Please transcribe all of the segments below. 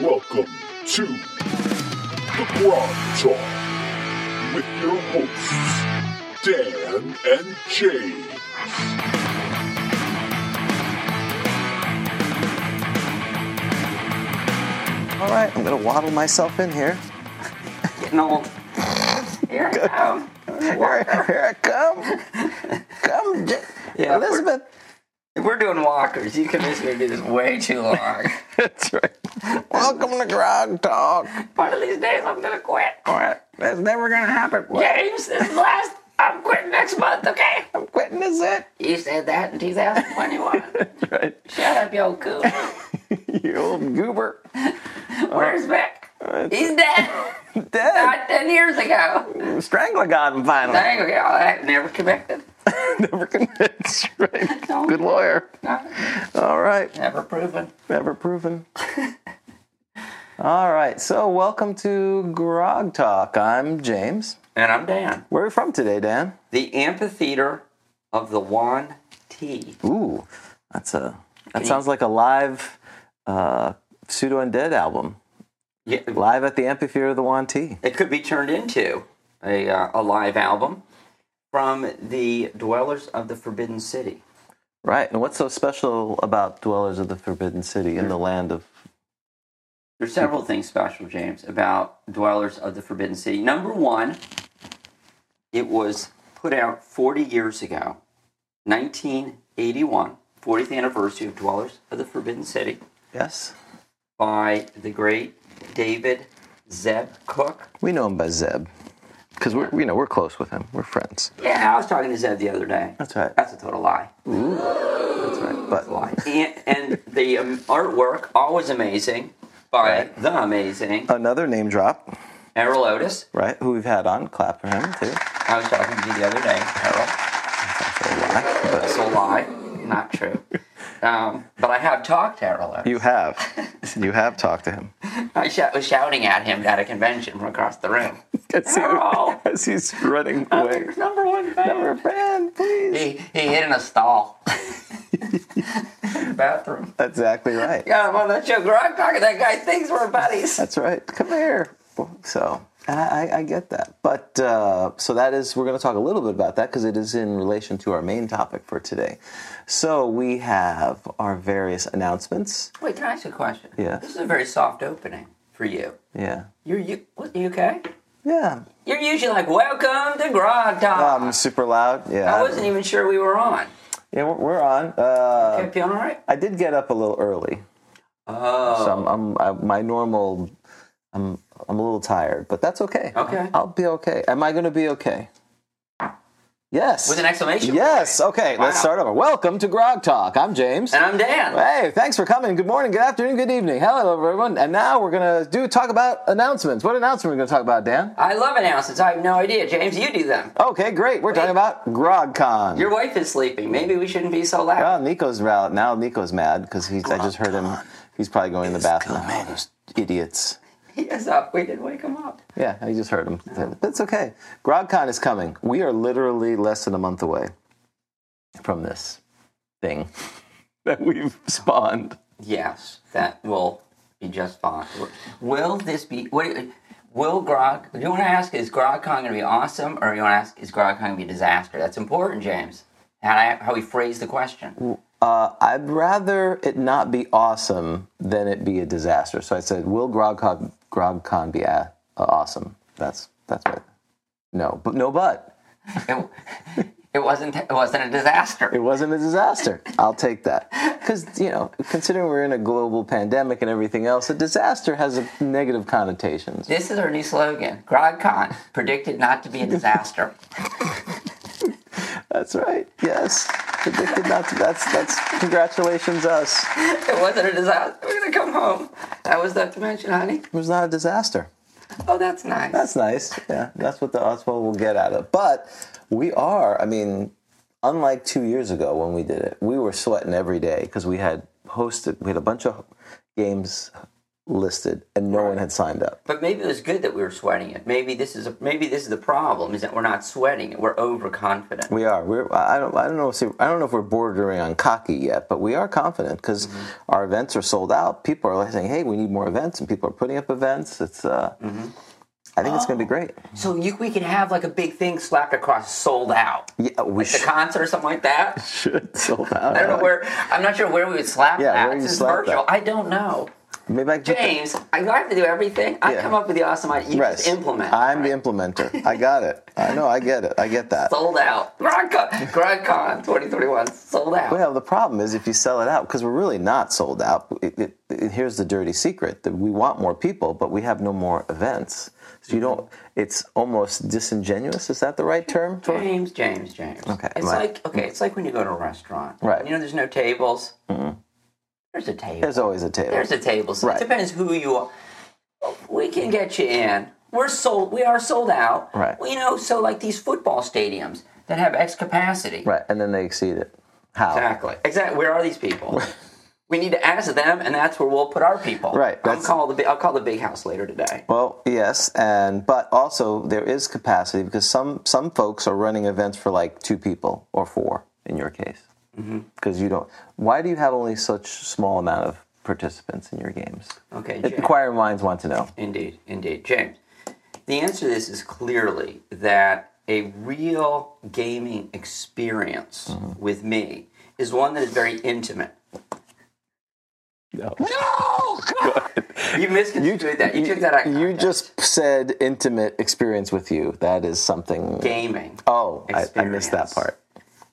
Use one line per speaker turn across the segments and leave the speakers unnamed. Welcome to The Broad Talk with your hosts, Dan and Jay.
All right, I'm gonna waddle myself in here.
No. Here I come.
Here, here I come. Come, J-
Yeah,
Elizabeth.
We're doing walkers. You convinced me to do this way too long.
That's right. Welcome to Grog Talk.
One of these days I'm gonna quit.
All right, that's never gonna happen. What?
James, this is the last. I'm quitting next month, okay?
I'm quitting. Is it?
You said that in 2021.
Right. Uh,
Shut up, yo cool.
You old goober.
Where's Vic? He's dead.
Dead.
Not 10 years ago.
Stranglagon finally.
Dang, okay, I never connected.
Never convinced. Right.
No.
Good lawyer.
No,
All right.
never proven.
Never proven. All right. So welcome to Grog Talk. I'm James.
And I'm Dan.
Where are you from today, Dan?
The amphitheater of the Wan T.
Ooh, that's a that sounds like a live uh, pseudo undead album.
Yeah,
Live at the amphitheater of the Wan T.
it could be turned into a, uh, a live album from the Dwellers of the Forbidden City.
Right. And what's so special about Dwellers of the Forbidden City in the land of
There's several things special, James, about Dwellers of the Forbidden City. Number one, it was put out 40 years ago, 1981, 40th anniversary of Dwellers of the Forbidden City
Yes?
by the great David Zeb Cook.
We know him by Zeb. Because we're you know, we're close with him. We're friends.
Yeah, I was talking to Zeb the other day.
That's right.
That's a total lie.
That's right. But
Why? and, and the um, artwork, always amazing, by the amazing
another name drop,
Errol Otis.
right, who we've had on, clap for him too.
I was talking to you the other day, Errol. That's a lie. Not true. Um, but I have talked to Errol Otis.
You have. You have talked to him.
I sh- was shouting at him at a convention from across the room.
As, he-
Errol!
as he's running away.
Number one fan.
Never friend, please.
He, he hid in a stall. Bathroom.
That's exactly right.
Got him on that show, Grog Talk, and that guy thinks we're buddies.
That's right. Come here. So I, I, I get that. But uh, so that is, we're going to talk a little bit about that because it is in relation to our main topic for today. So we have our various announcements.
Wait, can I ask you a question?
Yes.
This is a very soft opening for you.
Yeah.
You're you, what, you okay?
Yeah.
You're usually like, welcome to Grog Talk.
Um, super loud. Yeah.
I wasn't even sure we were on.
yeah, we're, we're on. Uh,
Okay, feeling all right?
I did get up a little early.
Oh,
So I'm, I'm I, my normal, I'm, I'm a little tired, but that's okay.
Okay.
I'll be okay. Am I going to be okay? Yes.
with an exclamation.
Yes. Okay. Let's
Wow.
start over. Welcome to Grog Talk. I'm James.
And I'm Dan.
Hey, thanks for coming. Good morning, good afternoon, good evening. Hello, everyone. And now we're gonna do talk about announcements. What announcement are we gonna talk about, Dan?
I love announcements. I have no idea. James, you do them.
Okay, great. We're talking about GrogCon.
Your wife is sleeping. Maybe we shouldn't be so loud.
well, Nico's out now. Nico's mad because he's. I just heard him. He's probably going in the bathroom. Oh, those idiots.
He is up. We didn't wake him up.
Yeah, I just heard him. That's okay. GrogCon is coming. We are literally less than a month away from this thing that we've spawned.
Yes, that will be just fine. Will this be? What, will Grog? Do you want to ask is GrogCon going to be awesome, or you want to ask is GrogCon going to be a disaster? That's important, James. How I, how we phrase the question.
Uh, I'd rather it not be awesome than it be a disaster. So I said, "Will GrogCon, GrogCon be a- uh, awesome?" That's that's what. No, but no, but
It, it wasn't. It wasn't a disaster.
it wasn't a disaster. I'll take that because you know, considering we're in a global pandemic and everything else, a disaster has a negative connotations.
This is our new slogan. GrogCon predicted not to be a disaster.
That's right. Yes, predicted not to. That's that's congratulations us.
it wasn't a disaster. We're gonna come home. That was that to mention, honey.
It was not a disaster.
Oh, that's nice.
That's nice. Yeah, that's what the Oswald will get out of. it. But we are. I mean, unlike two years ago when we did it, we were sweating every day because we had hosted. We had a bunch of games listed, and no one had signed up.
but maybe it was good that we were sweating it. Maybe this is a, maybe this is the problem is that we're not sweating it. We're overconfident.
We are. We're. I I don't. I don't know. If, I don't know if we're bordering on cocky yet, but we are confident because
Mm-hmm.
our events are sold out. People are saying, "Hey, we need more events," and people are putting up events. It's. Uh,
Mm-hmm.
I think it's
Oh.
going to be great.
So you, we could have like a big thing slapped across sold out.
Yeah, we
The
should,
concert or something like that.
should sold out.
I don't know where. I'm not sure where we would slap
Yeah,
that.
where you
This is
slap
virtual.
that.
I don't know.
Maybe I can put the-
James, I do I have to do everything. I
Yeah.
come up with the awesome idea. You
Rest.
just implement.
I'm the implementer. I got it. I know. I get it. I get that.
sold out. GrogCon, GrogCon 2021 sold out.
Well, the problem is if you sell it out, because we're really not sold out. It, it, it- here's the dirty secret: that we want more people, but we have no more events. So you don't. It's almost disingenuous. Is that the right term? For,
James, James, James.
Okay,
It's
right.
like okay, it's like when you go to a restaurant.
Right. Mm-hmm.
You know, there's no tables. There's a table.
there's always a table.
There's a table. So
Right.
it depends who you are. We can get you in. We're sold. We are sold out.
Right.
Well, you know, so like these football stadiums that have X capacity.
right, and then they exceed it. How?
Exactly. Exactly. Where are these people? we need to ask them, and that's where we'll put our people.
Right,
I'll
that's-
call the. bi- I'll call the big house later today.
Well, yes, and but also there is capacity because some some folks are running events for like two people or four in your case
Mm-hmm.
because you don't. Why do you have only such small amount of participants in your games?
Okay. Jay.
Inquiring minds want to know.
Indeed, indeed. James, the answer to this is clearly that a real gaming experience
Mm-hmm.
with me is one that is very intimate.
No.
No! you misconstrued that. You, took that out. of
You
context.
just said intimate experience with you. That is something.
gaming.
oh, I, I missed that
experience.
part.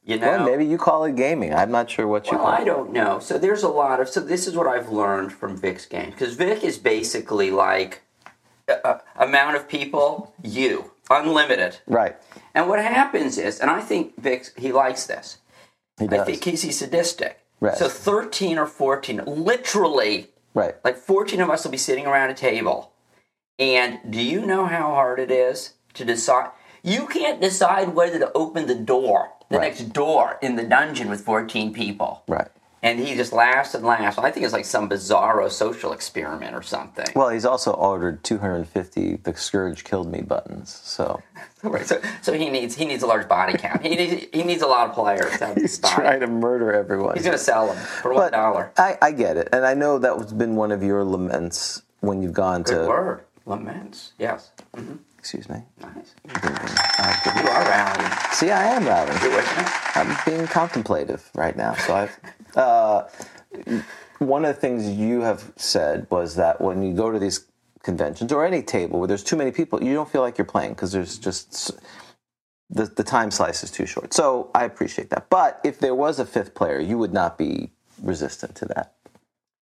You know?
Well, maybe you call it gaming. I'm not sure what you
Well,
call.
I
it.
don't know. So there's a lot of. So this is what I've learned from Vic's game because Vic is basically like uh, uh, amount of people, you unlimited.
Right.
And what happens is, and I think Vic he likes this.
He
I
does.
think he's, he's sadistic.
Right.
So 13 or 14, literally,
right.
like 14 of us will be sitting around a table. And do you know how hard it is to decide? You can't decide whether to open the door, the
Right.
next door in the dungeon with 14 people.
right.
And he just laughs and laughs. I think it's like some bizarro social experiment or something.
Well, he's also ordered 250 "The Scourge Killed Me" buttons. So
Right, So, so he needs he needs a large body count. he needs he needs a lot of players. To have this body.
to murder everyone.
He's gonna sell them for one
But
dollar.
I, I get it, and I know that has been one of your laments when you've gone to.
Word laments. Yes.
Excuse me.
Nice.
Uh, good-
You are rallying.
See, I am Robin.
You're working it.
I'm being contemplative right now. So I've. Uh, one of the things you have said was that when you go to these conventions or any table where there's too many people, you don't feel like you're playing because there's just s- the the time slice is too short. So I appreciate that. But if there was a fifth player, you would not be resistant to that.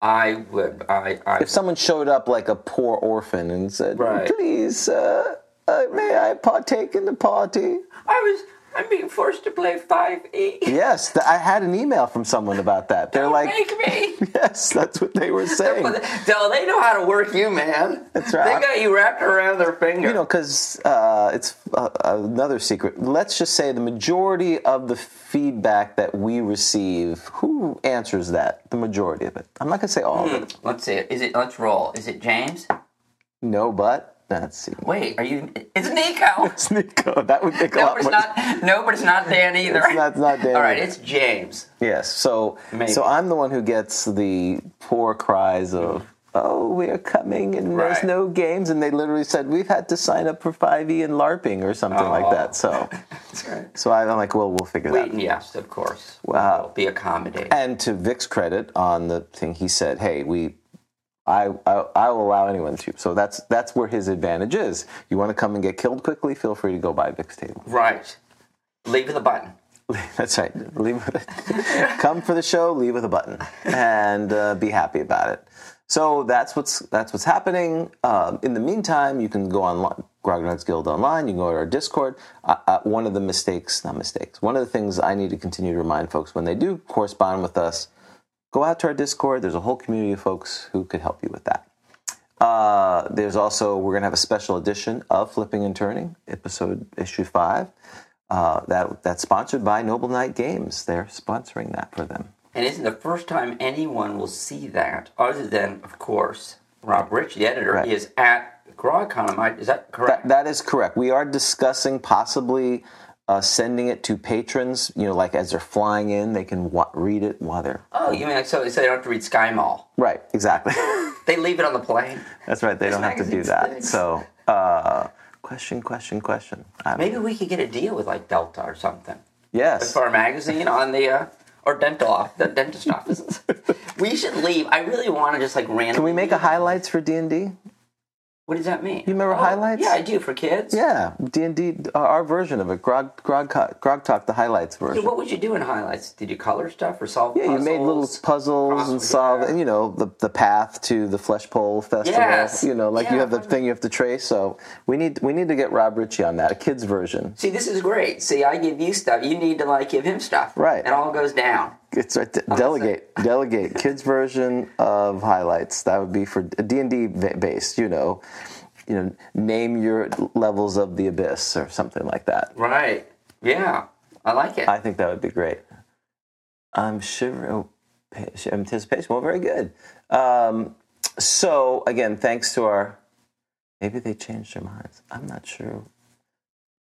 I would. I. I
If someone showed up like a poor orphan and said,
Right.
"Please, uh, uh, may I partake in the party?"
I was. I'm being forced to play five E.
Yes, th- I had an email from someone about that. They're like,
Make me.
Yes, that's what they were saying.
So they know how to work you, man.
That's right.
They got you wrapped around their finger.
You know, because uh, it's uh, another secret. Let's just say the majority of the feedback that we receive, who answers that? The majority of it. I'm not going to say all of it.
Let's see. Is it? Let's roll. Is it James? Hmm.
No, but that's secret.
Wait. Are you? It's Nico.
It's Nico. That would make a
No,
lot
but it's
more
not. No, but it's not Dan either.
It's not- it's not Dan
All right.
either.
It's James.
Yes. So,
Maybe.
so I'm the one who gets the poor cries of, "Oh, we are coming," and there's
Right.
no games, and they literally said we've had to sign up for 5e and LARPing or something like
Oh.
that. So,
That's right.
so I'm like, well, we'll figure that. out.
Yes, of course.
Wow.
We'll be accommodated.
And to Vic's credit on the thing, he said, "Hey, we I, I I will allow anyone to. So that's that's where his advantage is. You want to come and get killed quickly? Feel free to go by Vic's table.
Right. Leave with a button.
That's right. Leave with Come for the show, leave with a button, and uh, be happy about it. So that's what's that's what's happening. Um, in the meantime, you can go on Grognard's Guild online. You can go to our Discord. Uh, uh, one of the mistakes, not mistakes, one of the things I need to continue to remind folks when they do correspond with us, go out to our Discord. There's a whole community of folks who could help you with that. Uh, there's also we're going to have a special edition of Flipping and Turning, episode issue five. Uh, that that's sponsored by Noble Knight Games. They're sponsoring that for them.
And isn't the first time anyone will see that, other than, of course, Rob Rich, the editor,
Right.
is at GrawCon. Am I- Is that correct?
That, that is correct. We are discussing possibly uh, sending it to patrons. You know, like as they're flying in, they can wa- read it while they're
oh, you mean like so, so they don't have to read Sky Mall?
right. Exactly.
They leave it on the plane.
that's right. They don't have to do
magazine
that.
stinks.
So, uh, question, question, question. I don't-
Maybe we could get a deal with like Delta or something.
yes.
for a magazine on the uh, or dental off the dentist offices. we should leave. I really want to just like randomly.
Can we make a highlights for D and D?
What does that mean? Oh,
You remember highlights?
Yeah, I do for kids.
Yeah, D and D, our version of it, Grog, Grog, Grog Talk, the highlights
So
version.
what would you do in highlights? Did you color stuff or solve?
Yeah, you made little
puzzles?
puzzles and
Crossword,
solve,
yeah.
and you know the the path to the Flesh Pole Festival.
Yes.
You know, like you
Yeah,
have the
I remember.
thing you have to trace. So we need we need to get Rob Ritchie on that, a kids version.
See, this is great. See, I give you stuff. You need to like give him stuff.
Right.
It all goes down.
It's right. de- delegate, delegate, kids version of highlights. That would be for D and D based. You know, you know, name your levels of the abyss or something like that.
Right. Yeah. I like it.
I think that would be great. I'm shivering. Oh, pa- anticipation. Well, very good. Um, so again, thanks to our. Maybe they changed their minds. I'm not sure.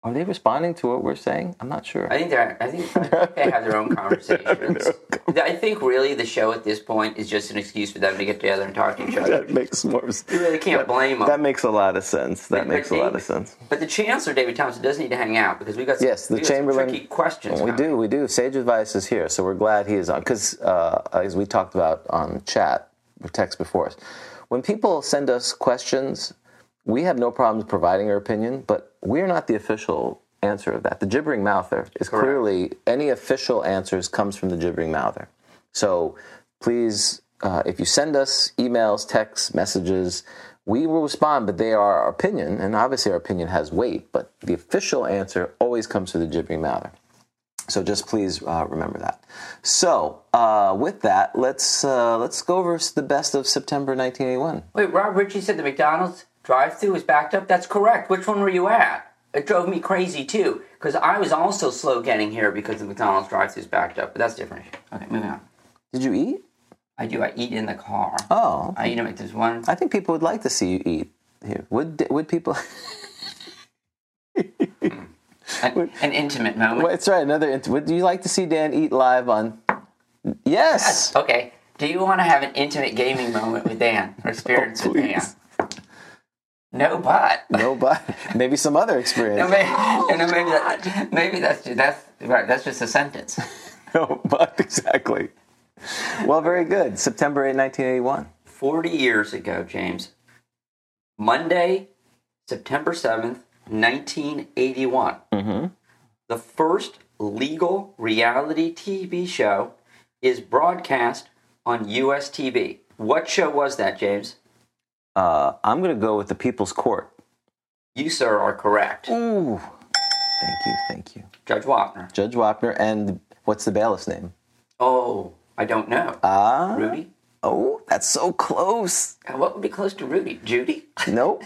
Are they responding to what we're saying? I'm not sure.
I think they're. I think I think they have their own conversations. I think really the show at this point is just an excuse for them to get together and talk to each other.
that makes more. s-
You really can't blame them.
That makes a lot of sense. That
But
makes a lot
Dave-
of sense.
But the Chancellor David Thompson does need to hang out because we got some,
Yes, the
we got some
Chamberlain-
tricky questions.
We
coming.
do, we do. Sage advice is here, so we're glad he is on. Because uh, as we talked about on chat, or text before us, when people send us questions, we have no problems providing our opinion, but we're not the official answer of that. The gibbering mouther is clearly any official answers comes from the gibbering mouther. So please, uh, if you send us emails, texts, messages, we will respond, but they are our opinion, and obviously our opinion has weight, but the official answer always comes from the gibbering mouther. So just please uh, remember that. So uh, with that, let's uh, let's go over the best of September 1981.
Wait, Rob Ritchie said the McDonald's drive-through was backed up. That's correct. Which one were you at? It drove me crazy too because I was also slow getting here because the McDonald's drive-through is backed up. But that's different. Okay, moving on.
Did you eat?
I do. I eat in the car.
Oh,
I eat them at this one.
I think people would like to see you eat. Here, would would people?
An, an intimate moment.
Well, it's right. Another. int- Would you like to see Dan eat live on? Yes.
Okay. Do you want to have an intimate gaming moment with Dan or experience with Dan?
Oh, please.
No, but.
No, but maybe some other experience.
No, maybe, no, maybe,
Oh,
that, maybe that's that's right. That's just a sentence.
No, but exactly. Well, very good. September 8, 1981.
Forty years ago, James, Monday, September seventh, nineteen eighty-one.
Mm-hmm.
The first legal reality TV show is broadcast on U.S. TV. What show was that, James?
Uh, I'm going to go with the People's Court.
You, sir, are correct.
Ooh. Thank you. Thank you.
Judge Wapner.
Judge Wapner and what's the bailiff's name?
Oh, I don't know.
Ah.
Rudy.
oh, that's so close.
What would be close to Rudy? Judy.
Nope.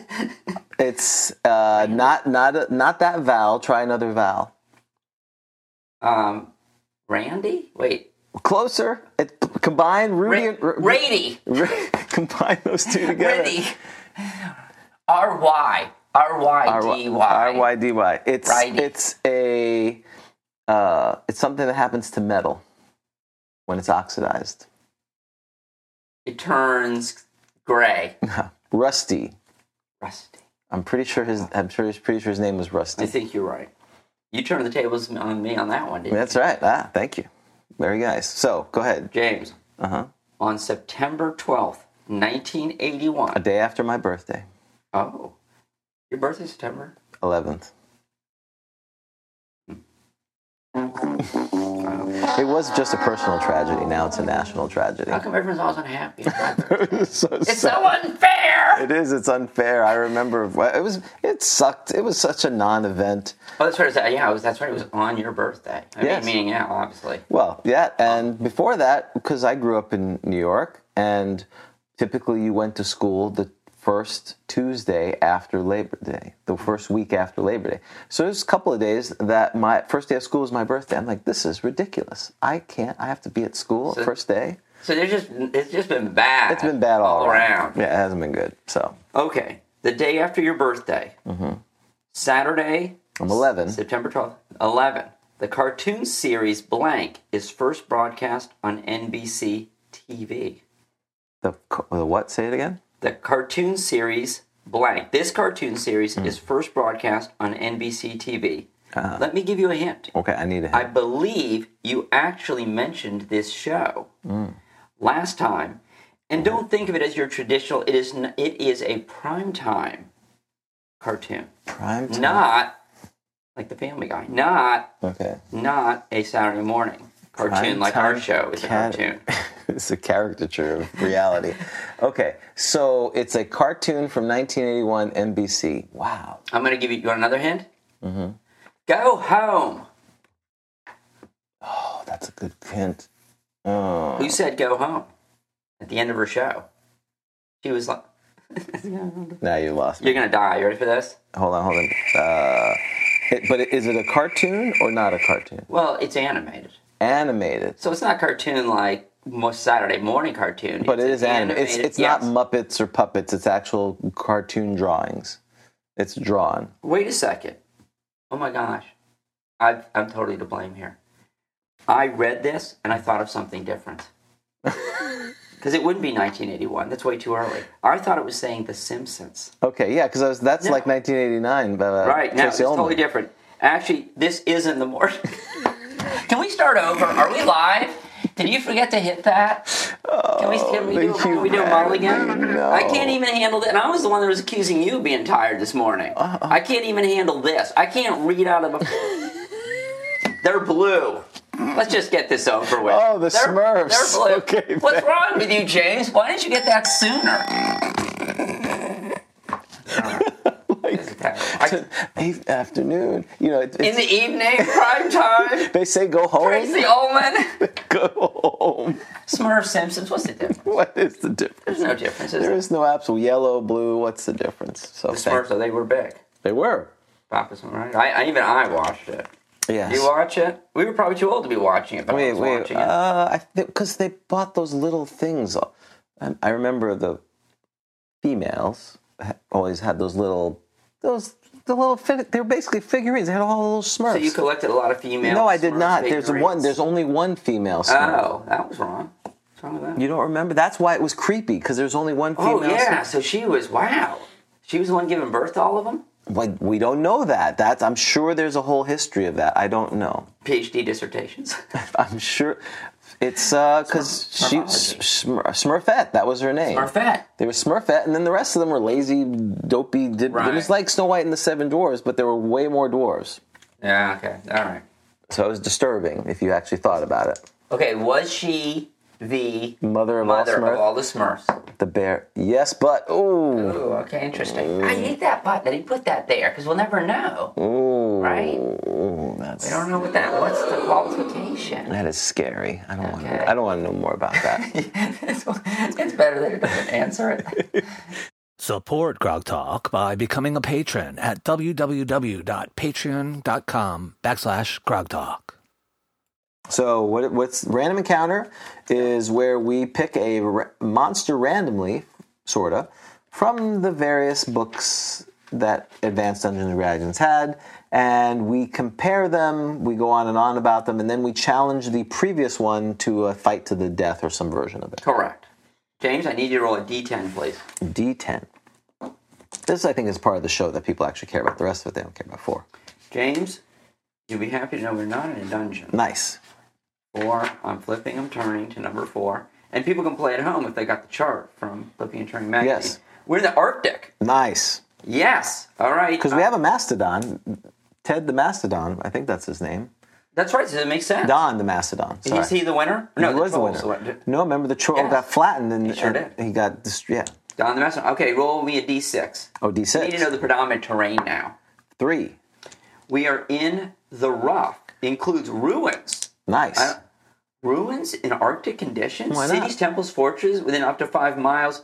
it's uh, not not a, not that vowel. Try another vowel.
Um, Randy. Wait.
Closer. It, combine Rudy
Ra-
and Ru-
Rady.
Ru- combine those two together.
Randy. R Y. R Y D
R
Y.
Y D Y. It's
Righty.
it's a uh, it's something that happens to metal when it's oxidized.
It turns gray.
Rusty.
Rusty.
I'm pretty sure his I'm sure pretty sure his name was Rusty.
I think you're right. You turned the tables on me on that one, didn't you?
That's right. Ah, thank you. Very nice. So go ahead.
James,
Uh huh.
on September 12th,
a
1981.
day after my birthday,
Oh. Your birthday's September?
11th.
Wow.
It was just a personal tragedy. Now it's a national tragedy.
How come everyone's always unhappy? Oh,
it's so
it's
sad.
so unfair!
It is. It's unfair. I remember it was. It sucked. It was such a non-event.
Oh, that's right. it's- Yeah, it was, that's right. It was on your birthday. I
Yes.
mean, meaning now, obviously.
Well, yeah, and before that, because I grew up in New York, and typically you went to school the first Tuesday after Labor Day, the first week after Labor Day. So there's a couple of days that my first day of school is my birthday. I'm like, this is ridiculous. I can't. I have to be at school
So-
first day.
So there's just it's just been bad.
It's been bad all,
around.
Yeah, it hasn't been good. So
Okay, the day after your birthday,
Mm-hmm.
Saturday,
I'm 11.
September twelfth, eleven. The cartoon series Blank is first broadcast on NBC TV.
The, the what? Say it again.
The cartoon series Blank. This cartoon series is first broadcast on NBC TV. Let me give you a hint.
Okay, I need a
I believe you actually mentioned this show last time. And don't think of it as your traditional. It is n- it is a primetime cartoon,
prime time.
not like the Family Guy, not
Okay.
not a Saturday morning cartoon like our
Primetime
show is a
cat-
cartoon.
it's a caricature of reality. okay, so it's a cartoon from 1981 NBC. Wow.
I'm going to give you, you want another hint.
Mm-hmm.
Go home.
Oh, that's a good hint. Oh.
Who said go home at the end of her show? She was like,
Now you lost me.
"You're going to die." You ready for this?
Hold on, hold on. Uh, it, but is it a cartoon or not a cartoon?
Well, it's animated.
Animated.
So it's not cartoon like most Saturday morning cartoon.
But it
it's
is animated. It's, it's
yes.
not Muppets or puppets. It's actual cartoon drawings. It's drawn.
Wait a second. Oh my gosh, I've, I'm totally to blame here. I read this and I thought of something different. Because it wouldn't be 1981. That's way too early. I thought it was saying The Simpsons.
Okay, yeah, because that's like 1989. But, uh,
Right now, it's
Tracy Ullman.
totally different. Actually, this is in the morning. Can we start over? Are we live? Did you forget to hit that? Can we,
Oh,
can we, do,
the
can we do a model again?
humanity, no.
I can't even handle that. And I was the one that was accusing you of being tired this morning.
Uh-huh.
I can't even handle this. I can't read out of a. They're blue. Let's just get this over with.
Oh, the
They're-
Smurfs.
They're blue.
Okay,
What's
thanks.
wrong with you, James? Why didn't you get that sooner? This is terrible. I-
Eighth afternoon. You know, it,
in
it's,
the evening, prime time.
they say go home.
Tracy Ullman,
Go home.
Smurf Simpsons. What's the difference?
What is the difference?
There's no difference. Is
There
there?
is no absolute yellow, blue. What's the difference? So
The
thank-
Smurfs, though, they were big.
they were.
Papa's right. I, I even I watched it.
Yes.
You watch it? We were probably too old to be watching it, but I
wait,
was
wait.
watching it.
Uh, I because they bought those little things. I, I remember the females ha- always had those little those the little. fi- They were basically figurines. They had all the little Smurfs.
So you collected a lot of female.
no, I did
Smurf
not. There's
figurines.
one. There's only one female Smurf.
Oh, that was wrong. What's wrong with that?
You don't remember? That's why it was creepy because there's only one female.
oh yeah.
Smurf.
So she was wow. She was the one giving birth to all of them.
Like, we don't know that. That's I'm sure there's a whole history of that. I don't know.
PhD dissertations.
I'm sure it's because
Smurf-
she
Smurfology.
Smur, Smurfette. That was her name.
Or fat.
They were Smurfette, and then the rest of them were lazy, dopey. Did, It was
Right.
like Snow White and the Seven Dwarfs, but there were way more dwarves.
Yeah. Okay. All right.
So it was disturbing if you actually thought about it.
Okay. Was she the
Mother of
mother
all Smurf,
of all the Smurfs?
the bear. Yes, but ooh,
Ooh, okay, interesting. I hate that button that he put that there because we'll never know,
ooh,
right?
ooh, that's
I don't know what that. What's the qualification?
that is scary. I don't want
Okay.
to. I don't want to know more about that.
it's better that it doesn't answer it.
Support Grog Talk by becoming a patron at www.patreon.com backslash Grog Talk.
So what, what's random encounter is where we pick a ra- monster randomly, sorta, from the various books that Advanced Dungeons and Dragons had, and we compare them. We go on and on about them, and then we challenge the previous one to a fight to the death or some version of it.
Correct. James, I need you to roll a d10, please.
D10. This I think is part of the show that people actually care about. The rest of it they don't care about. Four.
James, you'll be happy to know we're not in a dungeon.
Nice.
Four, I'm flipping, I'm turning to number four. And people can play at home if they got the chart from Philippian Turning Magazine.
Yes.
We're in the Arctic.
Nice.
Yes. All right. Uh,
Because we have a mastodon, Ted the Mastodon. I think that's his name.
That's right. Does it make sense?
Don the Mastodon. Sorry.
Is he the winner?
He was the
Trolls
winner. No, remember the troll
Yes.
got flattened and
He sure
and
did.
he got dist- yeah.
Don the Messenger. Okay, roll me a d6.
Oh, D
I need to
six
know the predominant terrain now.
three.
We are in the rough. Includes ruins.
Nice.
I- Uh, Ruins in Arctic conditions?
Why not?
Cities, temples, fortresses within up to five miles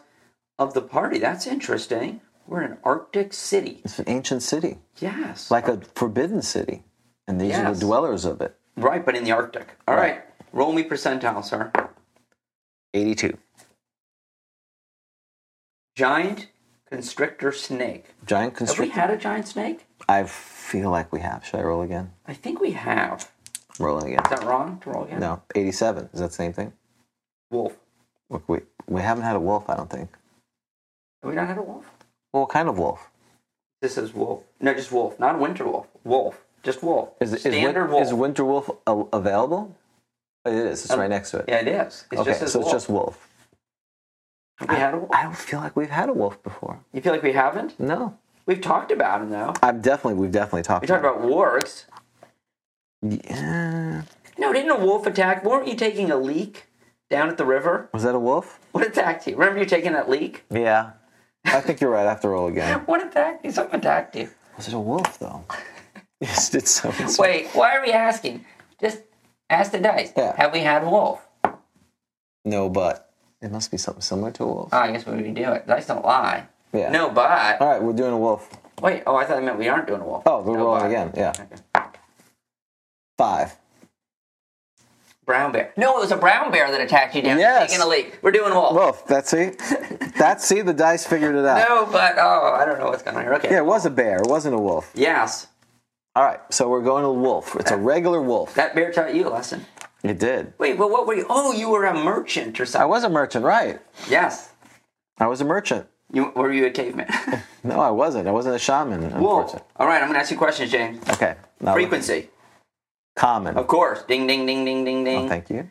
of the party. That's interesting. We're in an Arctic city.
It's an ancient city,
Yes.
like a forbidden city, and these are
Yes.
the dwellers of it.
right, but in the Arctic. All right.
Right.
Roll me percentile, sir.
Eighty two
Giant constrictor snake.
giant
Have we
constrictor.
had a giant snake?
I feel like we have. Should I roll again?
I think we have.
I'm rolling again.
Is that wrong to roll again?
No, eighty seven. Is that the same thing?
Wolf.
Look, we we haven't had a wolf. I don't think.
Have we not had a wolf?
Well, what kind of wolf?
This is wolf. No, just wolf. Not winter wolf. Wolf. Just wolf.
Is is, win-
Standard wolf.
is winter wolf a- available? It is. It's
Um,
right next to it.
yeah, it is. It's
okay,
just as
so
wolf.
it's just wolf.
Have we had a wolf?
I don't feel like we've had a wolf before.
You feel like we haven't?
No,
We've talked about him though.
I'm definitely we've definitely talked.
We talked about wargs.
Yeah.
No, didn't a wolf attack? Weren't you taking a leak down at the river?
Was that a wolf?
What attacked you? Remember you taking that leak?
Yeah. I think you're right. I have to roll again.
What attacked you? Something attacked you.
Was it a wolf though? Yes, it sounds.
Wait, why are we asking? Just ask the dice.
Yeah.
Have we had a wolf?
No, but it must be something similar to a wolf.
Oh, I guess we do it. Dice don't lie.
Yeah.
No, but
All right, we're doing a wolf.
wait. Oh, I thought I meant we aren't doing a wolf.
Oh, we're
No,
rolling
but.
again. Yeah. Five.
Brown bear. No, it was a brown bear that attacked you down. there
Yes.
Taking a leak. We're doing wolf.
Wolf. That's it. That's see the dice figured it out.
No, but oh, I don't know what's going on here. Okay.
Yeah, it was a bear. It wasn't a wolf.
Yes,
All right, so we're going to wolf. It's a regular wolf.
that bear taught you a lesson.
It did.
Wait, but what were you? Oh, you were a merchant or
I
something.
was a merchant, right?
Yes.
I was a merchant.
You were you a caveman?
No, I wasn't. I wasn't a shaman.
Wolf.
Unfortunately.
All right, I'm going to ask you questions, James.
Oh, Okay. Now,
Frequency,
Common.
of course. Ding, ding, ding, ding, ding,
Oh,
ding.
thank you.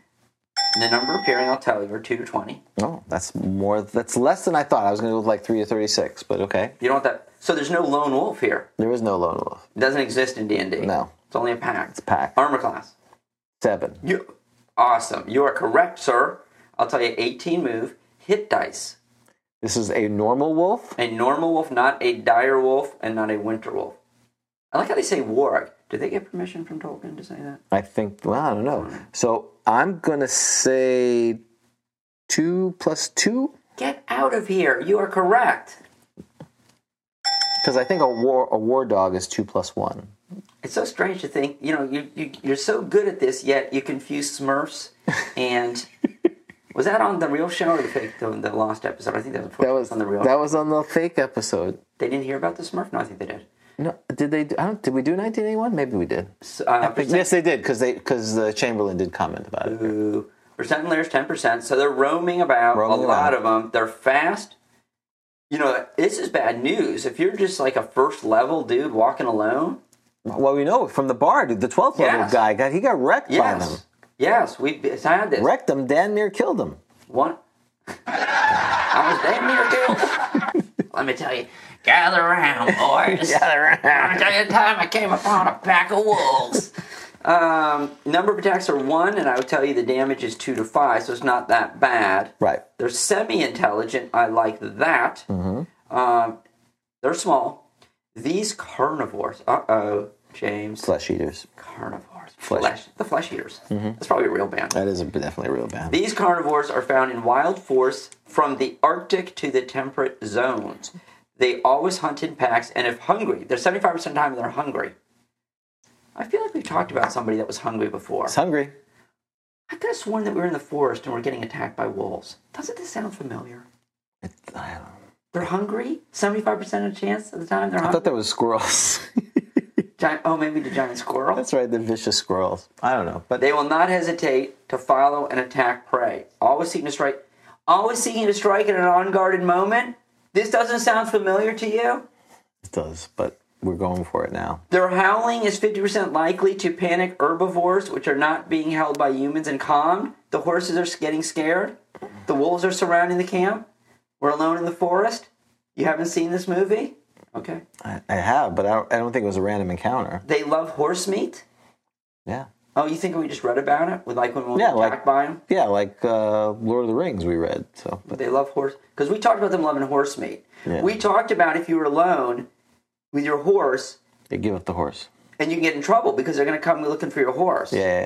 the number appearing, I'll tell you, are two to twenty.
Oh, that's more. That's less than I thought. I was going to go with like three to thirty-six, but okay.
You know what that? So there's no lone wolf here.
There is no lone wolf.
It doesn't exist in D and D.
No.
it's only a pack. It's a
pack.
Armor class.
Seven.
You awesome. You are correct, sir. I'll tell you, 18 move hit dice.
This is a normal wolf.
A normal wolf, not a dire wolf, and not a winter wolf. I like how they say warg. Did they get permission from Tolkien to say that?
I think. Well, I don't know. So I'm going to say two plus two
Get out of here. You are correct.
because I think a war a war dog is two plus one.
It's so strange to think, you know, you, you, you're so good at this, yet you confuse Smurfs and. Was that on the real show or the fake, the, the lost episode? I think that was,
That was
on the real.
That was on the fake episode.
they didn't hear about the Smurf. No, I think they did.
No, did they? do- I don't. Did we do 1981? Maybe we did.
So, uh, percent,
Yes, they did because they because the Chamberlain did comment about it.
ooh, percent layers, ten percent. So they're roaming about.
Roaming
a lot
around.
of them. They're fast. You know, this is bad news. If you're just like a first level dude walking alone,
Well, we know from the bar, dude. The 12th level
Yes.
guy got he got wrecked by them.
yes, yes, we've had this.
Wrecked them, damn near killed him.
One. I was damn near killed. Let me tell you. Gather around, boys. I'll tell you the time I came upon a pack of wolves. um, number of attacks are one, and I would tell you the damage is two to five, so it's not that bad.
Right.
They're semi-intelligent. I like that. Um, they're small. These carnivores. Uh oh, James.
Flesh eaters.
Carnivores. Flesh. The flesh eaters. That's probably a real band.
That is a, definitely a real band.
These carnivores are found in wild forests from the Arctic to the temperate zones. They always hunt in packs, and if hungry, they're 75% of the time they're hungry. I feel like we've talked about somebody that was hungry before.
It's hungry.
I could have sworn that we were in the forest and we're getting attacked by wolves. Doesn't this sound familiar?
It, I, don't know.
They're hungry? 75% of the chance of the time they're
I
hungry?
thought there was squirrels.
Giant, oh, maybe the giant squirrel?
That's right, the vicious squirrels. I don't know, but
They will not hesitate to follow and attack prey, always seeking to strike. Always seeking to strike at an unguarded moment. This doesn't sound familiar to you.
it does. But we're going for it now.
Their howling is 50% likely to panic herbivores, which are not being held by humans and calmed. The horses are getting scared. The wolves are surrounding the camp. We're alone in the forest. You haven't seen this movie? Okay.
I, I have, but I don't, I don't think it was a random encounter.
They love horse meat.
Yeah.
Oh, you think we just read about it? With like when we were
Yeah, like-
attacked by them?
Yeah, like uh, Lord of the Rings we read. So, but
They love horse because we talked about them loving horse meat.
Yeah.
We talked about if you were alone with your horse
they give up the horse.
and you can get in trouble because they're going to come looking for your horse.
Yeah, yeah,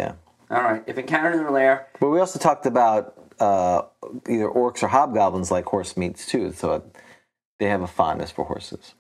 yeah.
All right. If encountered in the lair,
But we also talked about uh, either orcs or hobgoblins like horse meats too. So uh, they have a fondness for horses.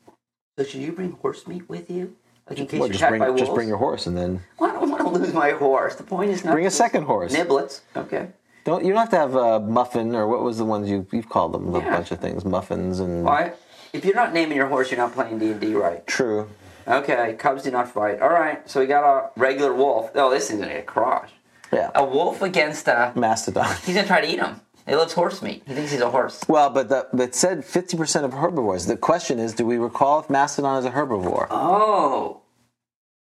so should you bring horse meat with you? Like in case
Well,
you're
just
attacked
bring
by wolves.
just bring your horse and then
Well, I don't want to lose my horse. The point is not
bring a
to-
second horse.
Niblets. Okay.
Don't you don't have to have uh, muffin or what was the ones you you've called them a
Yeah.
bunch of things muffins and
All right. If you're not naming your horse, you're not playing D and D right.
true.
Okay. Cubs do not fight. All right. So we got a regular wolf. Oh, this thing's going to get crushed.
Yeah,
A wolf against a.
mastodon.
He's going to try to eat him. He loves horse meat. He thinks he's a horse.
Well, but the, but it said fifty percent of herbivores. The question is, do we recall if mastodon is a herbivore?
Oh,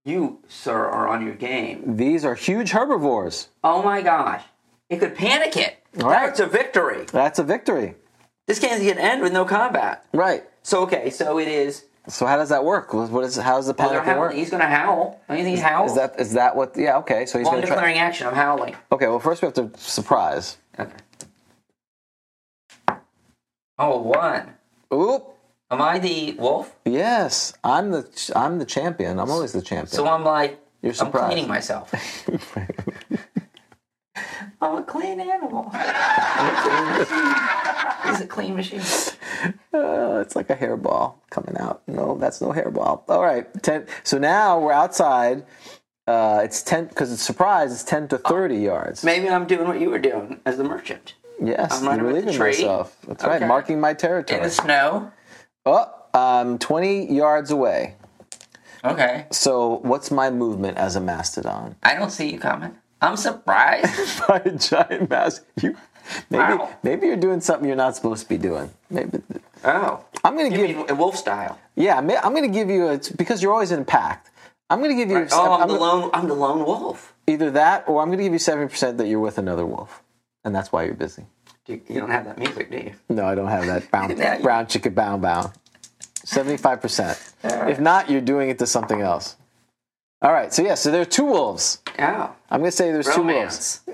you, sir, are on your game.
These are huge herbivores.
Oh my gosh. It could panic it.
All right.
That's a victory.
That's a victory,
This game's going to end with no combat.
right?
So, okay, so it is.
So how does that work? What what is how does the
Oh, they're
panic
howling.
work?
He's going to howl. Don't you think he howls?
Is that is that what? Yeah, okay. So he's
well, I'm
going to try.
declaring action. I'm howling.
Okay, well, first we have to surprise.
Okay. Oh, one.
Oop.
Am I the wolf?
Yes, I'm the I'm the champion. I'm always the champion.
So I'm like,
You're
I'm
surprised.
cleaning myself. I'm a clean animal. He's a clean machine.
Uh, it's like a hairball coming out. No, that's no hairball. All right, ten. So now we're outside. Uh, it's ten because it's surprise. It's ten to
Oh.
thirty yards.
Maybe I'm doing what you were doing as the merchant.
Yes,
I'm right
you're
up at the
relieving
tree.
myself. That's right,
Okay.
marking my
In
territory.
the snow.
Oh, I'm twenty yards away.
Okay.
So what's my movement as a mastodon?
I don't see you coming. I'm surprised.
By a giant mast. You maybe
Wow.
maybe you're doing something you're not supposed to be doing. Maybe
oh.
I'm gonna
You
give
mean wolf style?
yeah. I'm, I'm gonna give you a because you're always in a pact. I'm gonna give you.
Oh, I'm,
I'm
the
gonna-
lone. I'm the lone wolf.
Either that, or I'm going to give you seventy percent that you're with another wolf, and that's why you're busy.
You, you don't have that music, do you?
No, I don't have that brown
Now you-
brown chicken bow bow. Seventy-five percent. If not, you're doing it to something else. All right. So yeah. So there are two wolves.
Oh,
I'm going to say there's two wolves.
romance. This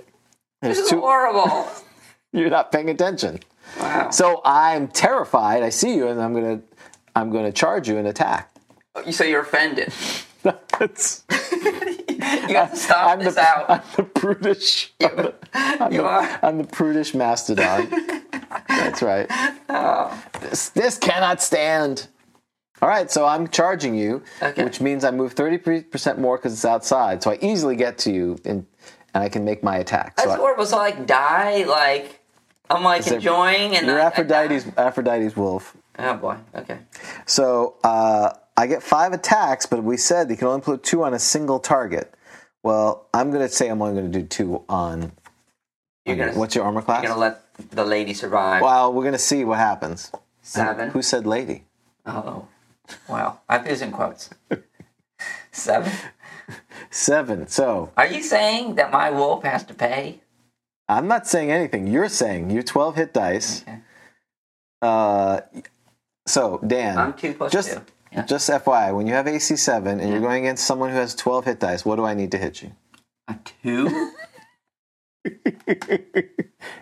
There's
is
two.
horrible.
You're not paying attention.
wow.
So I'm terrified. I see you, and I'm going to I'm going to charge you and attack.
You say you're offended.
That's-
You have to stop
I'm
this
the,
out.
I'm the prudish. I'm the, I'm
you
the-
are.
I'm the prudish mastodon. That's right.
Oh.
This, this cannot stand. All right, so I'm charging you,
Okay.
which means I move 30% more because it's outside. So I easily get to you and, and I can make my attack. So
That's
I-
horrible. So like die like I'm like
there-
enjoying and
you're
I- I die.
Aphrodite's, Aphrodite's wolf.
Oh boy. Okay.
So uh, I get five attacks, but we said you can only put two on a single target. Well, I'm going to say I'm only going to do two on.
You're gonna
What's your armor class?
you're gonna let the lady survive.
Well, we're gonna see what happens.
Seven.
Who said lady?
Oh. Wow. I put this in quotes. Seven.
Seven. So
Are you saying that my wolf has to pay?
I'm not saying anything. You're saying you're 12 hit dice.
Okay.
Uh, so Dan,
I'm two plus
just
two. Yeah.
just FYI, when you have AC seven and you're going against someone who has 12 hit dice, what do I need to hit you?
A two?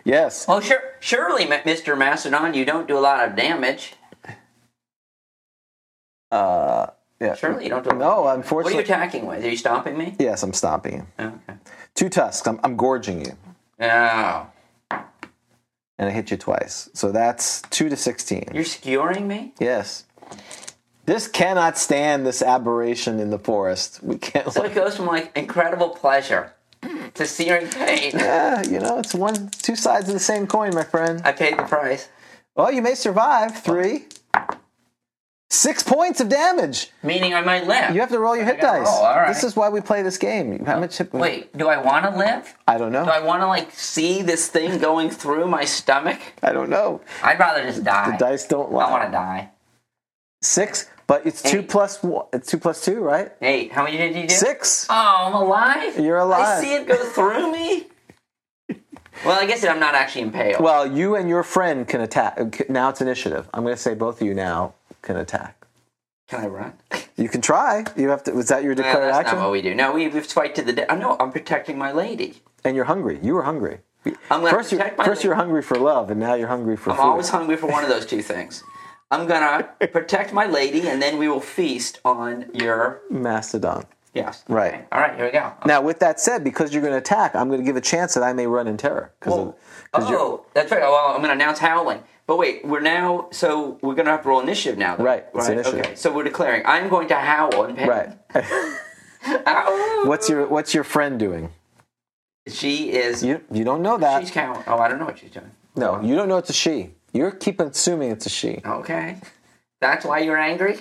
Yes.
well, sure, surely, M- Mr. Macedon, you don't do a lot of damage.
Uh, yeah.
Surely you don't do a lot of
No,
damage. What are you
unfortunately.
attacking with? Are you stomping me?
Yes, I'm stomping you.
Okay.
Two tusks. I'm, I'm gorging you,
No.
and I hit you twice. So that's two to 16.
You're skewering me?
Yes. This cannot stand this aberration in the forest. We can't.
So it goes from like incredible pleasure to searing pain.
Yeah, you know, it's one, two sides of the same coin, my friend.
I paid the price.
Well, you may survive. Three, six points of damage.
Meaning I might live.
You have to roll your hit
gotta
dice.
roll, all right.
This is why we play this game. How much hit?
Wait, do I want to live?
I don't know.
Do I want to like see this thing going through my stomach?
I don't know.
I'd rather just die.
The dice don't
I
lie.
don't want to die.
Six, but it's two
Eight.
plus one. It's two plus two, right?
Eight. How many did you do?
Six.
Oh, I'm alive.
You're alive.
I see it go through me. Well, I guess that I'm not actually impaled.
Well, you and your friend can attack. Now it's initiative. I'm going to say both of you now can attack.
Can I run?
You can try. You have to. Was that your
Well,
declared
that's
action?
not what we do. No, we, we've fight to the death. Oh, no, I'm protecting my lady.
and you're hungry. You were hungry.
I'm gonna
First, you
protect my
first
lady.
you're hungry for love, and now you're hungry for
I'm
food.
always hungry for one of those two things. I'm gonna protect my lady, and then we will feast on your
Mastodon.
yes.
Right.
Okay. All right. Here we go.
Now, with that said, because you're going to attack, I'm going to give a chance that I may run in terror. 'cause of-
Oh, oh that's right. Well, I'm gonna announce howling. But wait, we're now so we're gonna have to roll initiative now. Though,
Right, it's initiative.
Okay. So we're declaring. I'm going to howl and pain.
right.
Ow.
what's your What's your friend doing?
She is.
You You don't know that.
She's count. Oh, I don't know what she's doing.
no, you don't know it's a she. You're keep assuming it's a she.
Okay. That's why you're angry?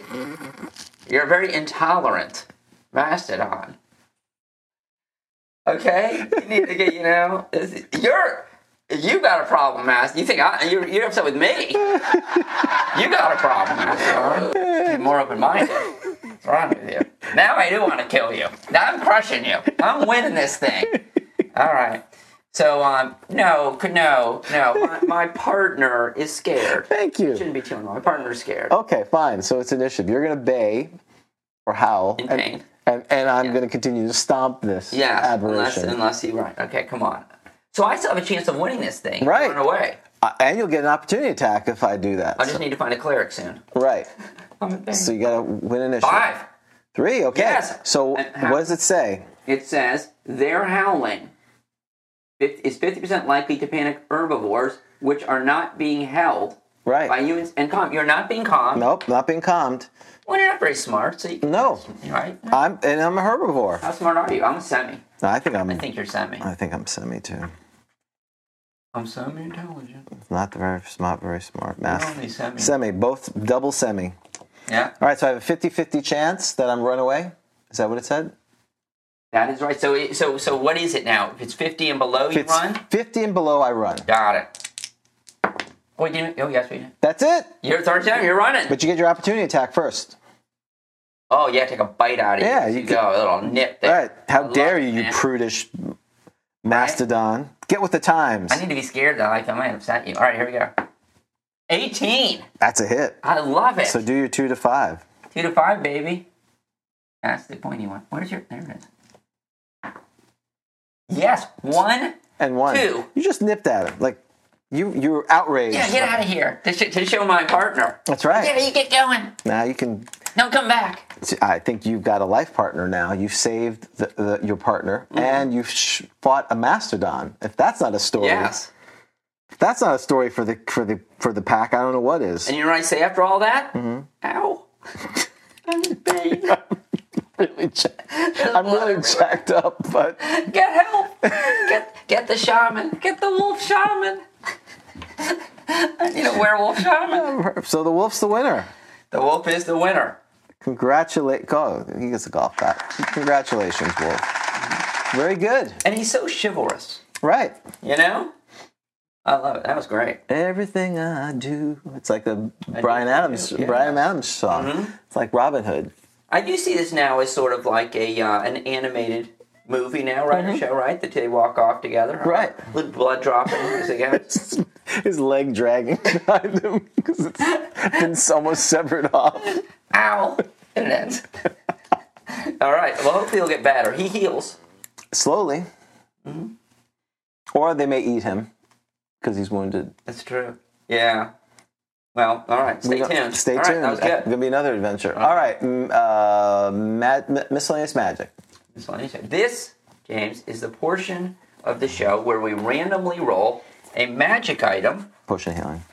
You're very intolerant. Mastodon. Okay? You need to get, you know, this- you're, you got a problem, Mast. You think I, you're, you're upset with me. You got a problem, Mastodon. Be more open minded. What's wrong with you? Now I do want to kill you. Now I'm crushing you. I'm winning this thing. All right. So, um, no, c- no, no. My, my partner is scared.
Thank you.
Shouldn't be killing my partner's scared.
Okay, fine. So it's initiative. You're going to bay or howl,
In
and,
pain.
and and I'm going to continue to stomp this
Yeah. Unless,
aberration.
unless he right. Okay, come on. So I still have a chance of winning this thing.
Right.
Run away.
Uh, and you'll get an opportunity attack if I do that.
I just need to find a cleric soon.
right.
I'm a thing.
So you got to win initiative.
Five.
Three. Okay.
Yes.
So
And how-
what does it say?
It says they're howling. It is fifty percent likely to panic herbivores, which are not being held
Right.
by humans and calm. You're not being calm.
Nope. Not being calmed.
Well, you're not very smart. So you,
No.
right?
I'm and I'm a herbivore.
How smart are you? I'm semi.
No, I think I'm.
I think you're semi.
I think I'm semi too.
I'm semi intelligent.
Not the very smart. Very smart.
You're
Math.
only semi.
Semi. Both double semi.
Yeah.
All right. So I have a 50-50 chance that I'm runaway. Is that what it said?
That is right. So, it, so, so, what is it now? If it's fifty and below, you
If it's
run.
50 and below, I run.
Got it. Wait, didn't? Oh, yes, we did.
That's it.
You're third time. You're running.
But you get your opportunity attack first.
oh, yeah, take a bite out of you.
Yeah,
you
you
go a little nip there.
All right. How
I love
dare
it,
you, you
man.
prudish mastodon? Get with the times.
I need to be scared though. Like I might upset you. All right, here we go. Eighteen.
That's a hit.
I love it.
So do your two to five.
Two to five, baby. That's the pointy one. Where's your? There it is. Yes, one.
and one.
Two.
You just nipped at him. Like you you were outraged.
Yeah, get out of here. To, sh- to show my partner.
That's right.
Yeah, you get going.
Now you can.
Don't come back.
see, I think you've got a life partner now. You've saved the, the, your partner,
Mm-hmm.
and you've sh- fought a mastodon. If that's not a story,
Yes.
if that's not a story for the for the for the pack. I don't know what is.
And you know what I say after all that?
Mm-hmm.
Ow. I'm in pain.
really jack- I'm really jacked up, but
Get help. Get get the shaman. Get the wolf shaman. I need a werewolf shaman.
so the wolf's the winner.
The wolf is the winner.
Congratulate. Go. He gets a golf bat. Congratulations, wolf. Very good.
And he's so chivalrous.
Right.
You know? I love it. That was great.
Everything I do. Mm-hmm. It's like the Brian
do,
Adams
yeah.
Brian Adams song. It's like Robin Hood.
I do see this now as sort of like a uh, an animated movie now, right? A show, right? That they walk off together.
Mm-hmm. Right.
With blood dropping as they go.
His leg dragging behind him because it's been so- almost severed off.
Ow! And it ends. All right. Well, hopefully he'll get better. He heals.
Slowly. Mm-hmm. Or they may eat him because he's wounded.
That's true. Yeah. Well, all right. Stay
We don't-
tuned.
Stay
All right,
tuned.
that was
Gonna be another adventure. All right. m- Uh, mad, m- miscellaneous magic.
good. This, James, is the portion of the show where we randomly roll a magic item
Potion healing.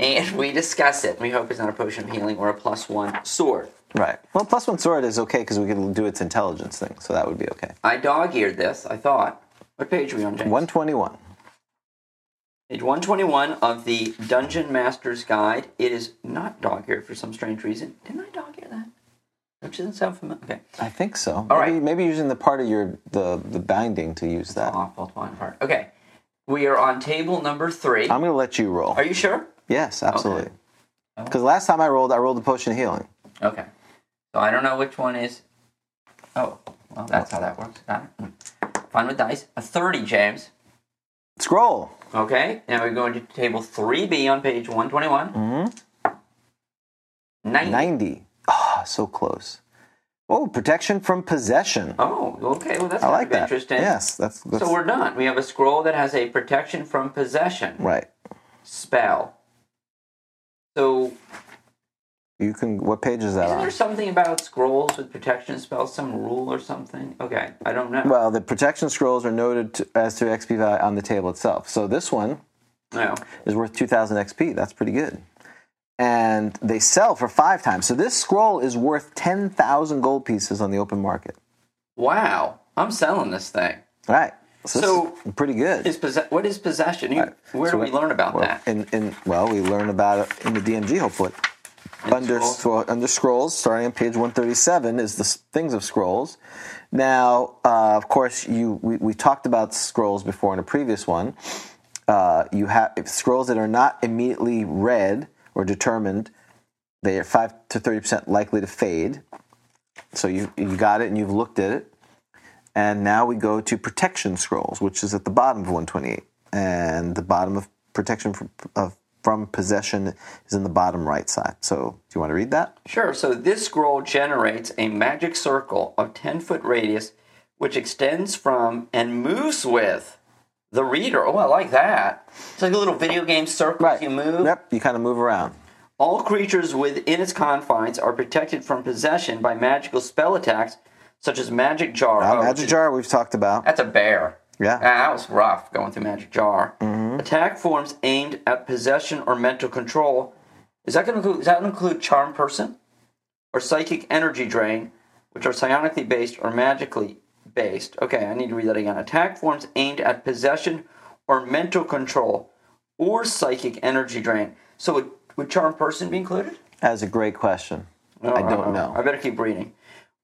and we discuss it. We hope it's not a potion of healing or a plus one sword.
Right. Well, plus one sword is okay because we can do its intelligence thing, so that would be okay.
I dog-eared this. I thought. What page are we on, James?
One twenty-one.
Page 121 of the Dungeon Master's Guide. It is not dog-eared for some strange reason. Didn't I dog-ear that? Which doesn't sound familiar. Okay.
I think so.
All
maybe,
right.
maybe using the part of your the the binding to use that.
Off both one part. Okay. We are on table number three.
I'm going to let you roll.
Are you sure?
yes, absolutely.
Oh.
Because last time I rolled, I rolled the potion of healing.
Okay. So I don't know which one is. Hmm. Oh, well, that's how that works. Got it. Fun with dice. A 30, James.
Scroll.
Okay, now we're going to table 3B on page 121. Mm-hmm. 90.
90. Ah, so close. Oh, protection from possession.
Oh, okay, well, that's
I
kind
like
of
that.
interesting.
Yes, that's, that's
So we're done. We have a scroll that has a protection from possession
right.
spell. So,
You can. What page is that
isn't
on?
there something about scrolls with protection spells, some rule or something? Okay, I don't know.
Well, the protection scrolls are noted to, as to XP value on the table itself. So this one
no.
is worth 2,000 XP. That's pretty good. And they sell for five times. So this scroll is worth 10,000 gold pieces on the open market.
Wow, I'm selling this thing.
All right. So, this
So-
is pretty good.
Is posse- what is possession? You, where
So
do we learn about
well,
that?
In, in, well, we learn about it in the DMG, hopefully. Under,
scrolls?
scroll, under scrolls, starting on page 137, is the s- things of scrolls. Now, uh, of course, you we, we talked about scrolls before in a previous one. Uh, you have if scrolls that are not immediately read or determined. They are five to thirty percent likely to fade. So you you got it and you've looked at it. And now we go to protection scrolls, which is at the bottom of 128. And the bottom of protection from, of, from possession is in the bottom right side. So do you want to read that?
Sure. So this scroll generates a magic circle of 10 foot radius, which extends from and moves with the reader. Oh, I like that. It's like a little video game circle as you move.
Yep. You kind of move around.
All creatures within its confines are protected from possession by magical spell attacks, such as magic jar.
Uh,
Oh,
Magic
which-
jar we've talked about.
That's a bear.
Yeah.
Ah, that was rough going through Magic Jar. Attack forms aimed at possession or mental control. Is that going to include? Does that include charm person or psychic energy drain, which are psionically based or magically based? Okay, I need to read that again. Attack forms aimed at possession or mental control or psychic energy drain. So would, would charm person be included?
That is a great question. I don't know.
Oh, uh-uh. I better keep reading.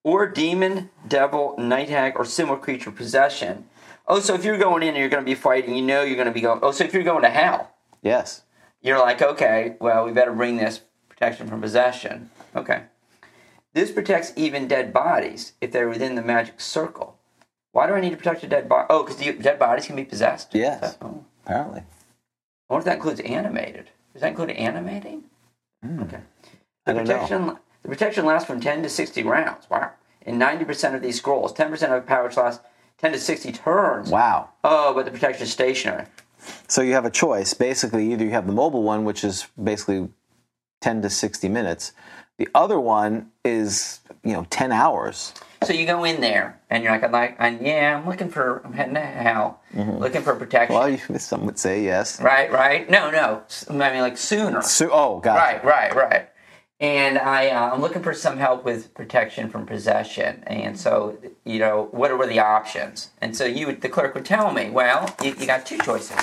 Or demon, devil, night hag, or similar creature possession. Oh, so if you're going in and you're going to be fighting, you know you're going to be going. Oh, so if you're going to hell,
Yes.
you're like, okay, well, we better bring this protection from possession. Okay. This protects even dead bodies if they're within the magic circle. Why do I need to protect a dead body? Oh, because dead bodies can be possessed.
Yes.
Oh.
Apparently.
I wonder if that includes animated. Does that include animating?
Hmm.
Okay.
I
The
don't know.
protection, the protection lasts from 10 to 60 rounds. Wow. In 90% of these scrolls, 10% of powers last 10 to 60 turns.
Wow.
Oh, but the protection is stationary.
So you have a choice. Basically, either you have the mobile one, which is basically 10 to 60 minutes. The other one is, you know, 10 hours.
So you go in there and you're like, I'm like, i yeah, I'm looking for, I'm heading to hell,
Mm-hmm.
looking for protection.
Well, you, some would say yes.
right, right. No, no. S- I mean, like sooner.
So, oh, gotcha.
Right, right, right. And I, uh, I'm looking for some help with protection from possession. And so, you know, what were the options? And so you, would- the clerk would tell me, well, you, you got two choices,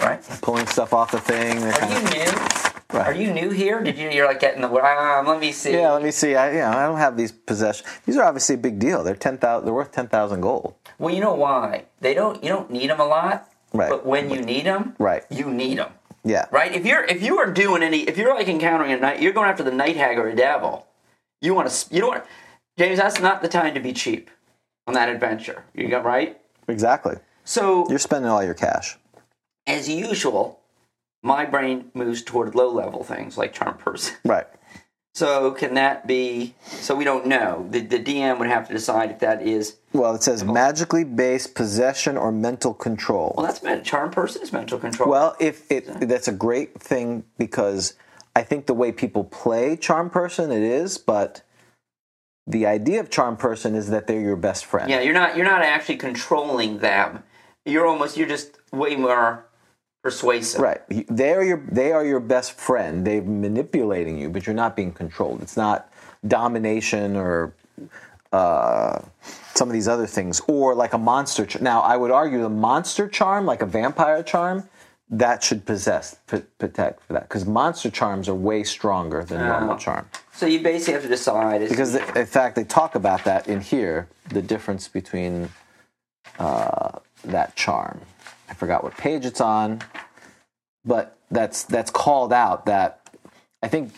right?
pulling stuff off the thing. that
Are
kind
you
of-
new?
Right.
Are you new here? Did you? You're like getting the um, let me see.
yeah, let me see. I, you know, I don't have these possessions. These are obviously a big deal. They're ten thousand. They're worth ten thousand gold.
Well, you know why they don't. You don't need them a lot.
Right.
But when you need them,
Right.
you need them.
Yeah.
Right. If you're if you are doing any if you're like encountering a night you're going after the night hag or a devil. You want to you don't want James. That's not the time to be cheap on that adventure. You got right.
Exactly.
So
You're spending all your cash.
as usual, my brain moves toward low level things like charm person.
Right.
So can that be? So we don't know. The the DM would have to decide if that is.
Well, it says magically based possession or mental control.
Well, that's men- charm person is mental control.
Well, if it that's a great thing because I think the way people play charm person it is, but the idea of charm person is that they're your best friend.
yeah, you're not you're not actually controlling them. You're almost you're just way more persuasive.
Right. You- They are your they are your best friend. They're manipulating you, but you're not being controlled. It's not domination or uh, some of these other things, or like a monster. Ch- now, I would argue the monster charm, like a vampire charm, that should possess p- protect for that because monster charms are way stronger than normal charm.
So you basically have to decide. Is,
Because th in fact, they talk about that in here. The difference between uh, that charm. I forgot what page it's on, but that's that's called out. That I think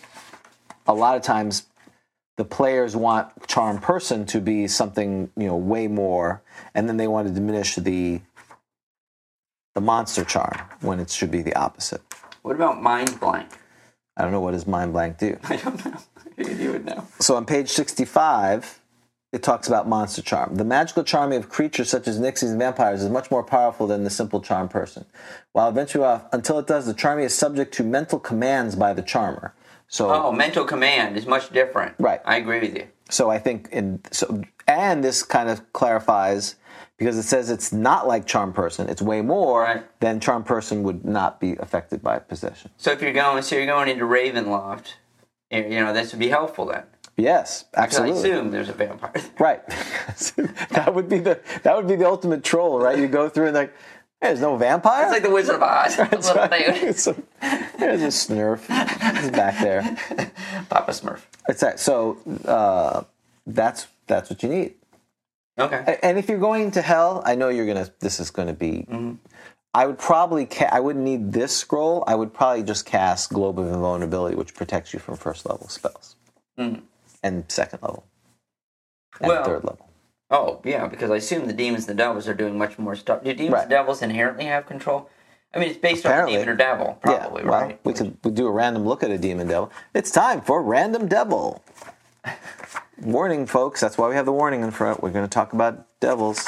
a lot of times the players want charm person to be something you know way more, and then they want to diminish the the monster charm when it should be the opposite.
What about mind blank?
I don't know what does mind blank do.
I don't know. you would know.
So on page 65, it talks about monster charm. The magical charming of creatures such as Nixies and vampires is much more powerful than the simple charm person. While eventually, uh, until it does, the charming is subject to mental commands by the charmer. So,
Oh, mental command is much different.
Right.
I agree with you.
so I think, in, so, and this kind of clarifies because it says it's not like charm person. It's way more
Right.
than charm person would not be affected by possession.
So if you're going, so you're going into Ravenloft, you you know this would be helpful then.
Yes,
'Cause I
absolutely.
assume there's a vampire.
Right. that would be the that would be the ultimate troll, right? You go through and like, there's no vampire.
It's like the Wizard of Oz. Little thing.
It's a- there's a snurf. He's back there.
Papa Smurf.
It's that. So uh, that's that's what you need.
Okay.
A- And if you're going to hell, I know you're gonna. This is gonna be.
Mm-hmm.
I would probably. Ca- I wouldn't need this scroll. I would probably just cast Globe of Invulnerability, which protects you from first level spells, and second level, and
Mm-hmm. Well,
third level.
Oh yeah, because I assume the demons and the devils are doing much more stuff. Do demons
Right.
and devils inherently have control? I mean, it's based
Apparently.
on demon or devil, probably,
well,
right?
We could we do a random look at a demon devil. It's time for random devil. warning, folks. That's why we have the warning in front. We're going to talk about devils.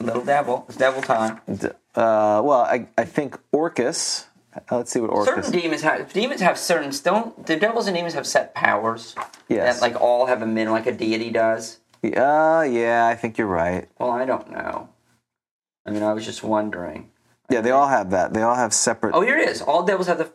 Little devil. It's devil time.
D- Uh, well, I, I think Orcus. uh, let's see what Orcus.
Certain demons have demons have certain don't the devils and demons have set powers.
Yes.
That like all have a min like a deity does.
uh, yeah, I think you're right.
Well, I don't know. I mean, I was just wondering.
Yeah, they all have that. They all have separate.
Oh, here it is. All devils have the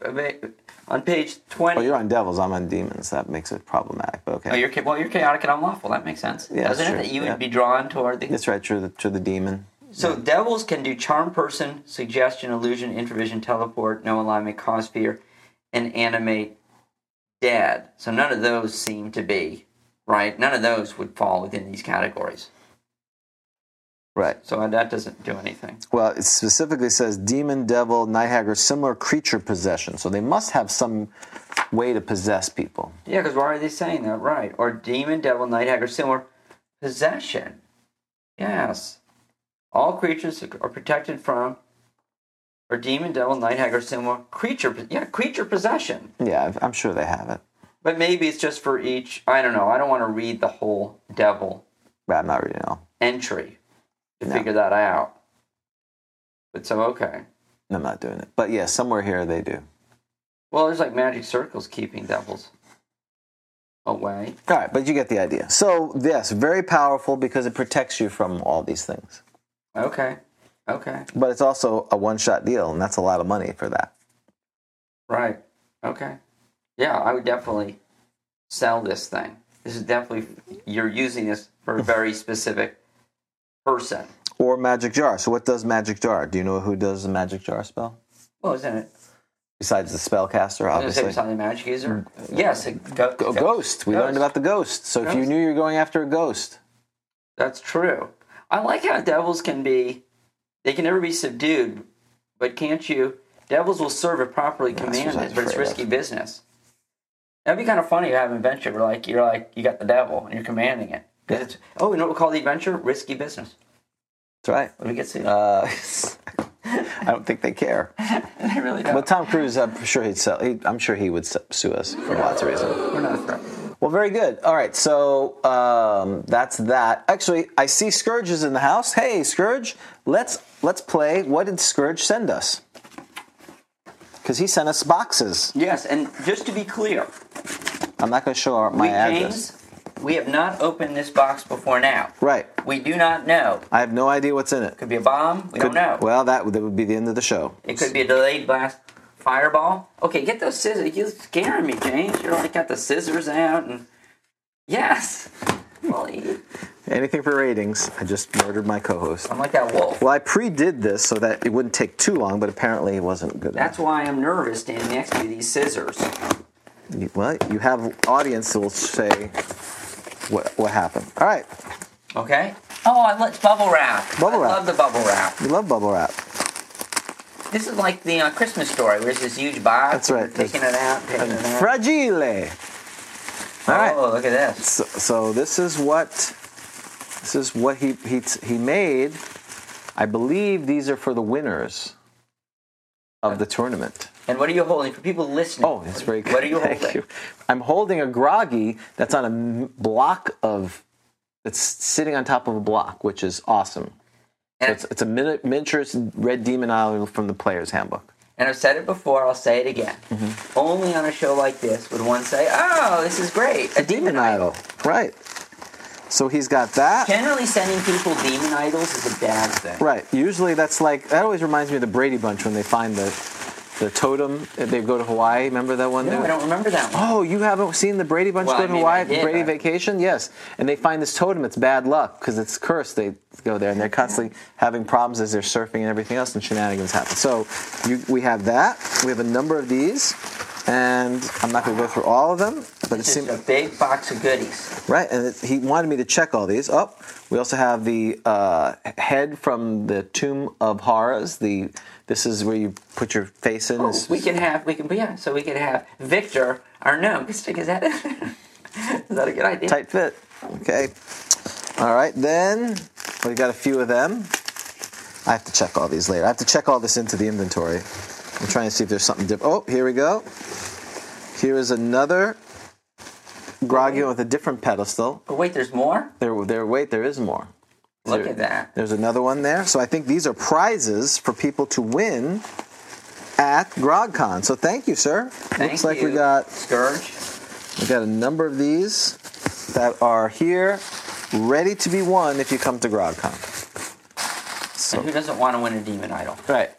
on page twenty.
Oh, you're on devils. I'm on demons. That makes it problematic. But okay,
Oh, you're cha- well, you're chaotic and unlawful. That makes sense,
Yeah,
doesn't
sure.
it? That you
Yeah.
would be drawn toward the
that's right. To the to the demon.
So devils can do charm, person, suggestion, illusion, intervision, teleport, no alignment, cause fear, and animate dead. So none of those seem to be right. None of those would fall within these categories.
Right.
So that doesn't do anything.
Well, it specifically says demon, devil, nighthag, or similar creature possession. So they must have some way to possess people.
Yeah, because why are they saying that? Right. Or demon, devil, night hag, or similar possession. Yes. All creatures are protected from, or demon, devil, night hag, or similar creature. Yeah, creature possession.
Yeah, I've- I'm sure they have it,
But maybe it's just for each. I don't know. I don't want to read the whole devil
but I'm not reading it all.
entry to
No.
figure that out. But so okay.
I'm not doing it. But yeah, somewhere here they do.
Well, there's like magic circles keeping devils away.
All right, but you get the idea. So, yes, very powerful because it protects you from all these things.
Okay. Okay.
But it's also a one shot deal, and that's a lot of money for that.
Right. Okay. Yeah, I would definitely sell this thing. This is definitely you're using this for a very specific person.
Or Magic Jar. So, what does Magic Jar? Do you know who does the Magic Jar spell?
Well, isn't it?
Besides the spellcaster,
I was
obviously. Mm.
going to say something magic user. Yes, a go-
A ghost. We learned about the ghost. So, if you
Ghost.
knew you're going after a ghost,
That's true. I like how devils can be, they can never be subdued, but can't you? Devils will serve if properly
what I was
commanded, but it's
afraid of.
risky business. That'd be kind of funny to have an adventure where, like, you're like, you got the devil and you're commanding it. 'Cause It's, oh, you know what we call the adventure? Risky business.
that's right.
Let me get to
Uh, I don't think they care.
I really don't.
But Tom Cruise, I'm sure he'd sell. He, I'm sure he would su- sue us for lots of reasons.
We're not a threat.
Well, very good. All right, so um, that's that. Actually, I see Scourge is in the house. Hey, Scourge, let's let's play. What did Scourge send us? Because he sent us boxes.
Yes, and just to be clear,
I'm not going to show our, my
we
address.
James, we have not opened this box before now.
Right.
We do not know.
I have no idea what's in it.
Could be a bomb. We don't know.
Well, that, would- that would be the end of the show.
It could be a delayed blast fireball. Okay, get those scissors. You're scaring me, James. You're like got the scissors out and yes. Well, you-
Anything for ratings. I just murdered my co-host.
I'm like that wolf.
Well, I pre-did this so that it wouldn't take too long, but apparently it wasn't good.
That's why I'm nervous standing next to these scissors.
You- well, you have audience who will say what what happened. All right,
Okay. Oh, I love bubble wrap.
Bubble
I
wrap.
love the bubble wrap.
we love bubble wrap.
This is like the uh, Christmas story. Where's this huge box?
That's right.
Taking it out. Taking it out.
Fragile. All right.
Oh, look at this.
So, so this is what this is what he he he made. I believe these are for the winners. of the tournament.
And what are you holding for people listening?
Oh, that's very good.
What are you
Thank
holding?
you. I'm holding a groggy that's on a m- block of that's sitting on top of a block, which is awesome. So
And-
it's, it's a mini- miniature red demon island from the player's handbook.
And I've said it before, I'll say it again.
Mm-hmm.
Only on a show like this would one say, "Oh, this is great." A demon idol.
right? So he's got that.
Generally, sending people demon idols is a bad thing.
Right. Usually that's like that always reminds me of the Brady Bunch when they find the the totem and they go to Hawaii. Remember that one?
No,
dude?
I don't remember that one.
Oh, you haven't seen the Brady Bunch
Well,
go
I
to
mean, I
Hawaii
did,
Brady
but-
vacation? Yes. And they find this totem. It's bad luck because it's cursed. They go there and they're constantly having problems as they're surfing and everything else, and shenanigans happen. So you, we have that. We have a number of these, and I'm not going to go through all of them, but it
It's just
seems
a big box of goodies.
right. And it, he wanted me to check all these. Oh, we also have the uh, head from the Tomb of Horrors. The this is where you put your face in.
Oh,
This
we
is-
can have, we can, yeah. So we can have Victor, our gnome. Is that is that a good idea?
tight fit. Okay. All right, then we got a few of them. I have to check all these later. I have to check all this into the inventory. I'm trying to see if there's something different. Oh, here we go. Here is another Grogion with a different pedestal.
But Oh, wait, there's more.
There, there. Wait, there is more.
Look
There-
at that.
There's another one there. So I think these are prizes for people to win at GrogCon. So thank you, sir.
Thank
Looks like we
you.
got
scourge.
We've got a number of these that are here, ready to be won if you come to GrogCon.
And who doesn't want to win a demon idol?
Right.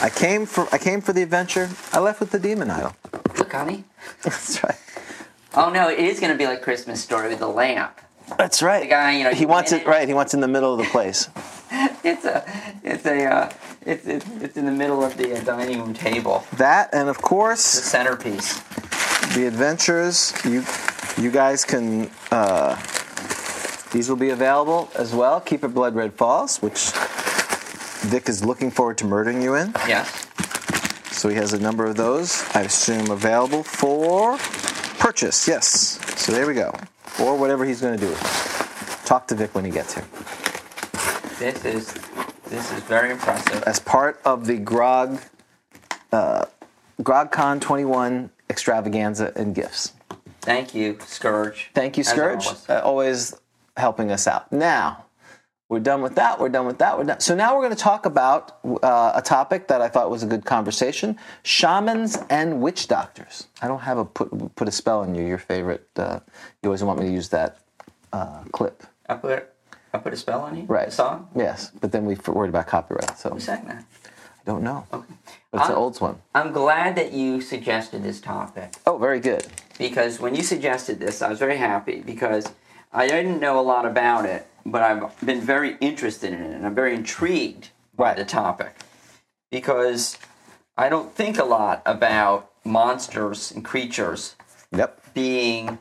I came for I came for the adventure. I left with the demon idol.
Look, honey.
That's right.
Oh no, it is going to be like Christmas story with the lamp.
That's right. The
guy, you know,
he
you
wants
win
it
it.
right. He wants it in the middle of the place.
It's a, it's a, uh, it's, it's it's in the middle of the uh, dining room table,
that and of
the
course
centerpiece.
the adventures. You you guys can. Uh, these will be available as well. Keep it Blood Red Falls, which Vic is looking forward to murdering you in.
Yes.
So he has a number of those, I assume, available for purchase. Yes. So there we go. Or whatever he's going to do. Talk to Vic when he gets here.
This is, this is very impressive.
As part of the Grog, uh, GrogCon 21 extravaganza and gifts.
Thank you, Scourge.
Thank you,
As
Scourge.
always.
Uh, always helping us out. Now, we're done with that. We're done with that. We're done. So now we're going to talk about uh, a topic that I thought was a good conversation: shamans and witch doctors. I don't have a put, put a spell on you. Your favorite. Uh, you always want me to use that uh, clip,
I put, I put a spell on you.
right?
A song.
Yes, but then we f- worried about copyright, so
Who sang that?
I don't know. But it's an
Um,
old one.
I'm glad that you suggested this topic.
Oh, very good.
because when you suggested this, I was very happy because I didn't know a lot about it, but I've been very interested in it and I'm very intrigued by
Right.
the topic because I don't think a lot about monsters and creatures
Yep.
being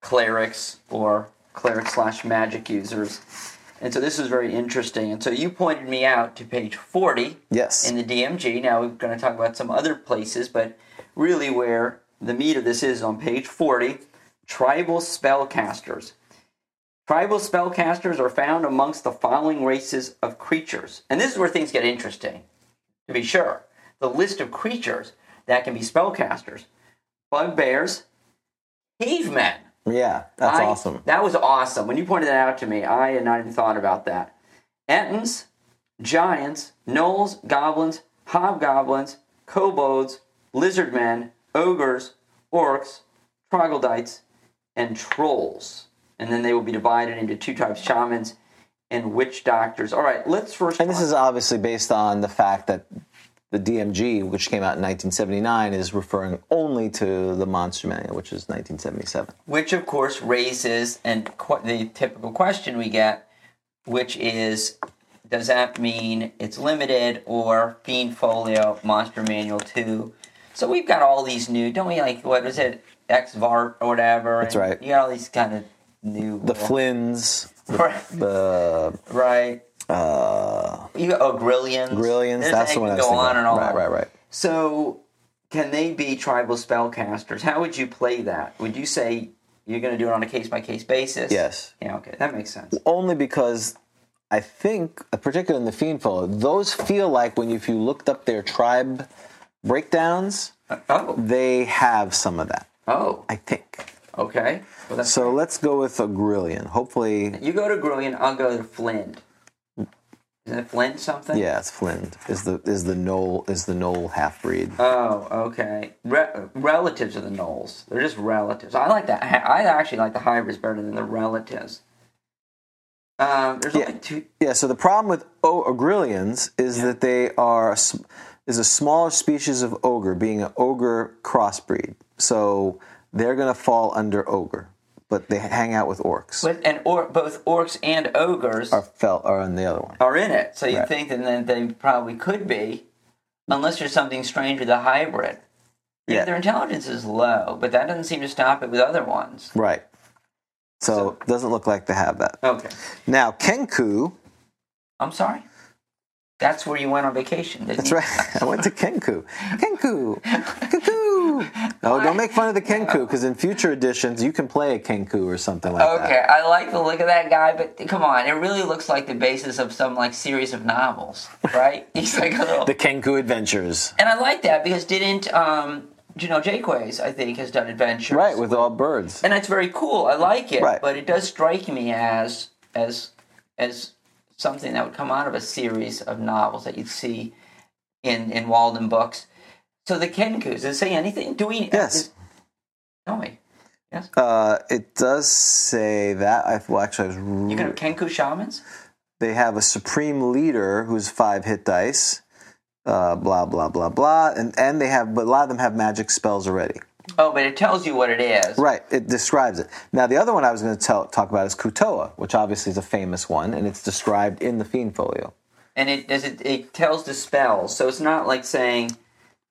clerics or cleric slash magic users. And so this was very interesting. And so you pointed me out to page 40
Yes.
in the DMG. Now we're going to talk about some other places, but really where the meat of this is on page 40 tribal spellcasters. Tribal spellcasters are found amongst the following races of creatures. And this is where things get interesting, to be sure. The list of creatures that can be spellcasters bugbears, cavemen.
Yeah, that's
I-
awesome.
That was awesome. When you pointed that out to me, I had not even thought about that. Entons, giants, gnolls, goblins, hobgoblins, kobolds, lizard men, ogres, orcs, troglodytes, and trolls. And then they will be divided into two types shamans and witch doctors. All right, let's first.
And this is obviously based on the fact that the DMG, which came out in 1979, is referring only to the Monster Manual, which is 1977.
which of course raises and qu- the typical question we get which is does that mean it's limited or fiend folio monster manual 2 so we've got all these new don't we like what was it x vart or whatever that's
right.
you got all these kind of new
The Flynns,
right,
the
right.
uh,
you got oh grillions
Brillions.
There's-
That's
they
the one I
could
was
go
thinking.
on and on
Right, right, right.
so, can they be tribal spellcasters? How would you play that? Would you say you're going to do it on a case by case basis?
Yes.
Yeah. Okay, that makes sense.
Only because I think, particularly in the Fiend Follow, those feel like when you, if you looked up their tribe breakdowns,
Oh,
they have some of that.
oh,
I think.
okay. Well, that's,
So let's go with a Grillion. Hopefully,
you go to Grillion, I'll go to Flint. Isn't it Flint something?
yeah, it's Flynn. Is the is the Knoll is the Knoll half breed?
Oh, okay. Re- relatives of the Knolls. They're just relatives. I like that. I actually like the hybrids better than the relatives. Um, there's only two.
Yeah. So the problem with o- Ogrillions is that they are a s- is a smaller species of ogre, being an ogre crossbreed. So they're going to fall under ogre, but they hang out with orcs.
But, and or, both orcs and ogres
Are fell are on the other one.
are in it. So you think that then they probably could be, unless there's something strange with the hybrid.
Yeah.
Their intelligence is low, but that doesn't seem to stop it with other ones.
Right. So it doesn't look like they have that.
Okay.
Now Kenku,
I'm sorry. That's where you went on vacation. Didn't
that's
you?
right. I went to Kenku. Kenku. Kenku. No, don't make fun of the Kenku because in future editions you can play a Kenku or something like that.
Okay, I like the look of that guy, but come on, it really looks like the basis of some like series of novels, right? He's like a little,
The Kenku Adventures.
and I like that because didn't um, you know Jaques? I think has done adventures,
Right, with all birds.
and that's very cool. I like it,
Right.
but it does strike me as as as something that would come out of a series of novels that you'd see in in Walden books. So the Kenkus, does it say anything? Do we? uh,
Yes.
Tell me. Yes.
Uh, it does say that. I, well, actually, I was,
you
r-
can have Kenku shamans.
they have a supreme leader who's five hit dice. Uh, blah blah blah blah, and and they have, but a lot of them have magic spells already.
Oh, but it tells you what it is.
Right, it describes it. Now, the other one I was going to tell, talk about is Kutoa, which obviously is a famous one, and it's described in the Fiend Folio.
and it does it, it tells the spells so it's not like saying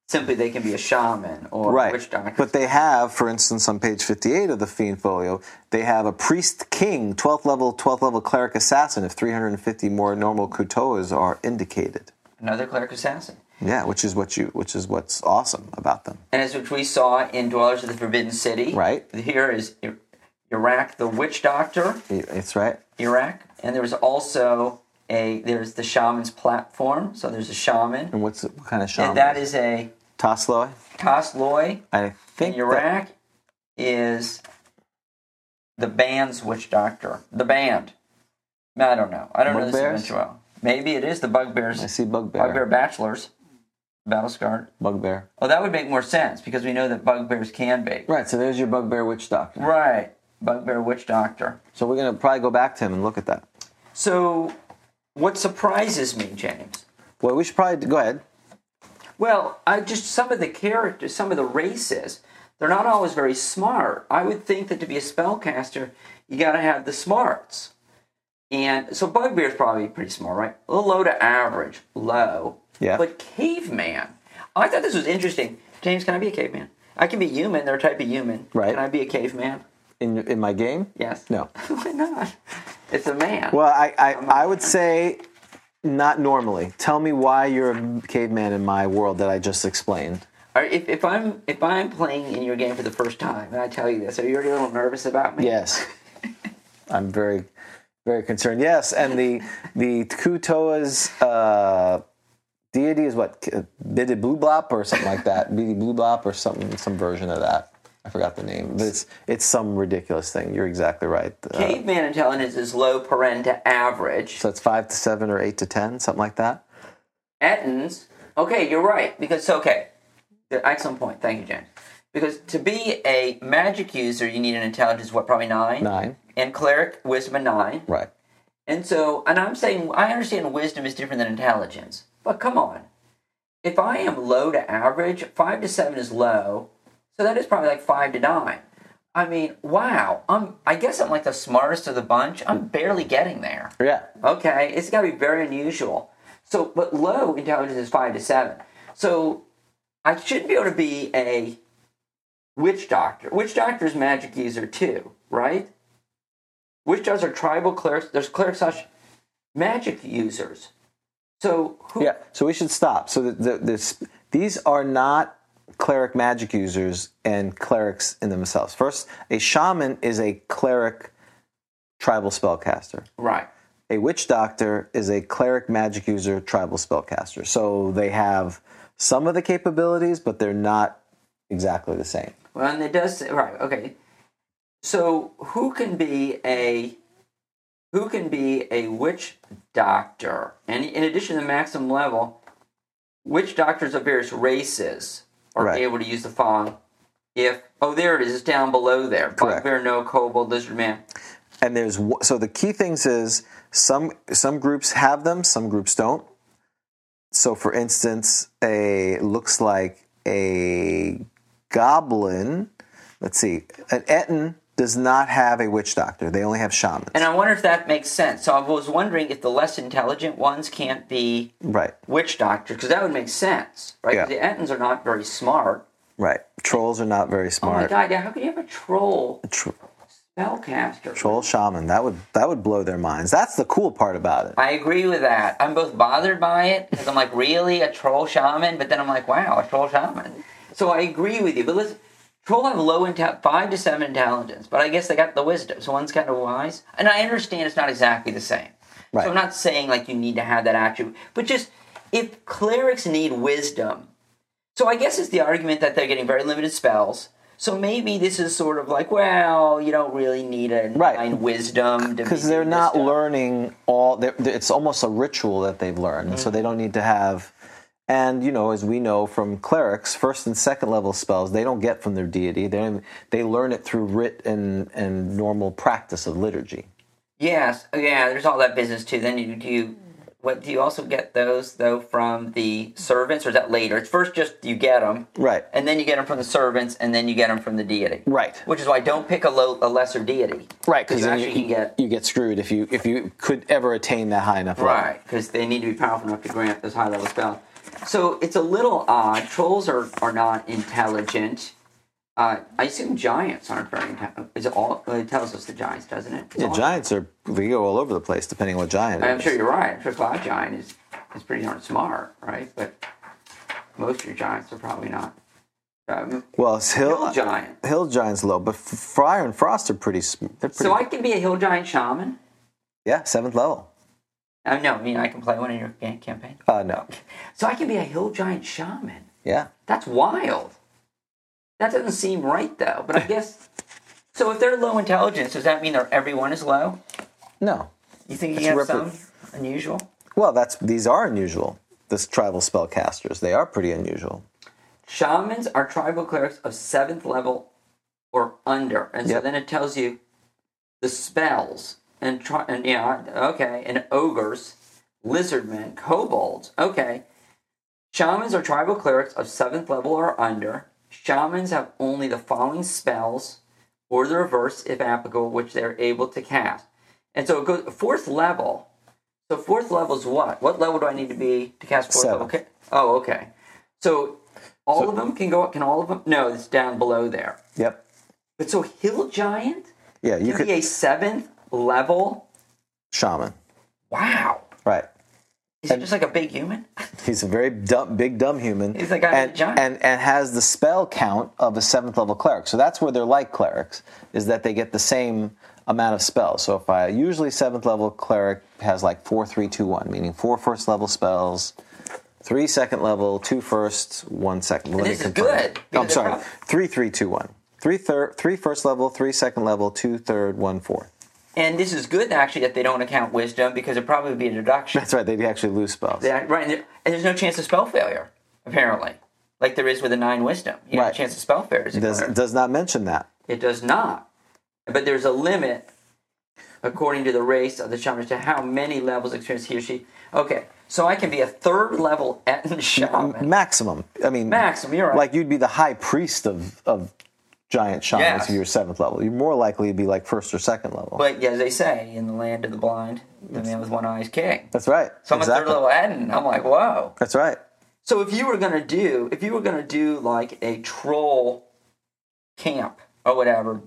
simply they can be a shaman or
Right,
witch doctor
but they have, for instance, on page fifty-eight of the Fiend Folio, they have a priest king, twelfth level, twelfth level cleric assassin. If three hundred and fifty more normal Kutoas are indicated.
another cleric assassin
Yeah, which is what you, which is what's awesome about them.
and as which we saw in dwellers of the forbidden city
Right.
here is Ir- iraq the witch doctor
It's right.
iraq and there was also a there's the shaman's platform so there's a shaman
And what's what kind of shaman?
and that is a
Tosloy.
Kosloy.
I think
and iraq is the band's witch doctor the band i don't know i don't know this
Bugbears?
eventual maybe it is the bugbears
that- I see bugbear.
Bugbear Bachelors, Battle Scarred.
Bugbear.
Oh, that would make more sense because we know that bugbears can be.
Right. So there's your bugbear witch doctor.
Right. Bugbear Witch Doctor.
So we're gonna probably go back to him and look at that.
So, what surprises me, James?
Well, we should probably go ahead.
Well, I just some of the characters, some of the races, they're not always very smart. I would think that to be a spellcaster, you got to have the smarts. And so Bugbear's probably pretty smart, right? A little low to average, low.
Yeah.
But caveman. I thought this was interesting. James, can I be a caveman? I can be human. They're a type of human.
Right.
Can I be a caveman?
In in my game.
Yes.
No.
Why not? It's a man.
Well, I I, I would say. Not normally. Tell me why you're a caveman in my world that I just explained.
Are- if, if I'm if I'm playing in your game for the first time, and I tell you this, are you already a little nervous about me?
Yes. I'm very, very concerned. Yes, and the the Kutoa's uh, deity is what K- Biddy Blue Blop or something like that. Biddy Blue Blop or something, some version of that. I forgot the name, but it's it's some ridiculous thing. You're exactly right. Uh,
Caveman intelligence is low paren to average.
so it's five to seven or eight to ten, something like that.
Ettins, okay, you're right because okay, excellent point. Thank you, James. Because to be a magic user, you need an intelligence what probably nine,
Nine,
and cleric wisdom a nine.
right?
And so, and I'm saying I understand wisdom is different than intelligence, but come on, if I am low to average, five to seven is low, so that is probably like five to nine. I mean, wow, I'm I guess I'm like the smartest of the bunch. I'm barely getting there.
Yeah,
Okay, it's got to be very unusual. So, but low intelligence is five to seven. So, I should be able to be a witch doctor. Witch doctor's magic user too, right? Witch doctors are tribal clerics. There's clerics slash magic users. So, who,
yeah. So we should stop. So the, the, this these are not cleric magic users and clerics in themselves. First, a shaman is a cleric tribal spellcaster.
right?
a witch doctor is a cleric, magic user, tribal spellcaster. So they have some of the capabilities, but they're not exactly the same.
Well, and it does say, right. Okay. So who can be a who can be a witch doctor? And in addition to the maximum level, witch doctors of various races are
Right.
able to use the following. If oh, there it is, it's down below there.
Correct.
Bugbear, no kobold, lizard man.
and there's wh- so the key things is some some groups have them some groups don't so for instance a looks like a goblin let's see an etin does not have a witch doctor they only have shamans
And I wonder if that makes sense. So I was wondering if the less intelligent ones can't be
right
witch doctors because that would make sense, right? 'Cause
Yeah.
The Ettons are not very smart.
right trolls are not very
Oh my
smart
god! Yeah, how could you have a troll
Tr-
spellcaster?
troll shaman that would that would blow their minds that's the cool part about it
I agree with that. I'm both bothered by it because I'm like, really, a troll shaman? But then I'm like, wow, a troll shaman. So I agree with you. But let's troll have low intel, five to seven intelligence, but I guess they got the wisdom. So one's kind of wise, and I understand it's not exactly the same.
Right.
So I'm not saying like you need to have that attribute, but just if clerics need wisdom, so I guess it's the argument that they're getting very limited spells. So maybe this is sort of like, well, you don't really need a
Right.
nine wisdom to be
because they're
doing this
not
stuff.
learning all they're, they're- it's almost a ritual that they've learned and so
Mm-hmm.
they don't need to have and you know as we know from clerics first and second level spells they don't get from their deity they don't, they learn it through writ and and normal practice of liturgy
Yes, oh, yeah. There's all that business too. Then you do. You, what do you also get those though from the servants, or is that later? It's first just you get them,
right
and then you get them from the servants, and then you get them from the deity.
Right.
Which is why don't pick a, low, a lesser deity.
right because
Because you
then
actually
you,
can get
you get screwed if you if you could ever attain that high enough level.
right because they need to be powerful enough to grant those high level spells. So it's a little odd. Trolls are are not intelligent. Uh, I assume giants aren't very intelligent. Is it all? Well, it tells us the giants, doesn't it? It's
yeah
all-
giants are they go all over the place depending on what giant it
I'm
is.
sure you're right. I'm sure Cloud Giant is, is pretty darn smart, right? But most of your giants are probably not. Um,
well it's hill,
hill giant.
hill giants low but F- friar and frost are pretty sm- they're pretty
So I can be a hill giant shaman.
yeah seventh level
I no, I mean I can play one in your ga- campaign.
uh no
So I can be a hill giant shaman.
yeah
That's wild. That doesn't seem right though. But I guess. So if they're low intelligence, does that mean that everyone is low?
No.
You think
It's
you have
repre-
some unusual?
Well, that's these are unusual. This tribal spellcasters, they are pretty unusual.
Shamans are tribal clerics of seventh level or under, and so
Yep.
then it tells you the spells and tri- and yeah, okay, and ogres, lizardmen, kobolds. Okay, shamans are tribal clerics of seventh level or under. Shamans have only the following spells or the reverse, if applicable, which they're able to cast. And so it goes fourth level. So fourth level is what? What level do I need to be to cast fourth level?
Seven.
Okay. Oh, okay. So all of them can go. Can all of them? No, it's down below there.
Yep.
But so hill giant
Yeah, you
can
could
be a seventh level.
shaman.
Wow.
Right.
Is he just like a big human?
He's a very dumb, big dumb human.
He's like, I'm
and,
a giant.
and and has the spell count of a seventh level cleric. So that's where they're like clerics, is that they get the same amount of spells. So if I usually seventh level cleric has like four, three, two, one, meaning four first level spells, three second level, two first, one second. Let
And
me
this is
confirm.
good,
I'm
because
sorry.
they're prob-
Three, three, two, one. Three third, three first level, three second level, two third, one fourth.
And this is good actually that they don't account wisdom because it probably would be a deduction.
That's right. They actually lose spells.
Yeah, right. And, there- and there's no chance of spell failure apparently, like there is with a nine wisdom. You know,
Right.
chance of spell failure. Is
Does
declared.
does not mention that.
It does not. But there's a limit, according to the race of the shaman, to how many levels of experience he or she. Okay, so I can be a third level Etten shaman.
Maximum. I mean,
Oh, Maximum, you're right.
Like you'd be the high priest of of giant shamans
Yes.
if you were seventh level. You're more likely to be like first or second level.
But yeah, as they say, in the land of the blind, the man with one eye is king.
That's right.
So I'm a third level Etten. I'm like, whoa.
That's right.
So if you were gonna do, if you were gonna do like a troll camp or whatever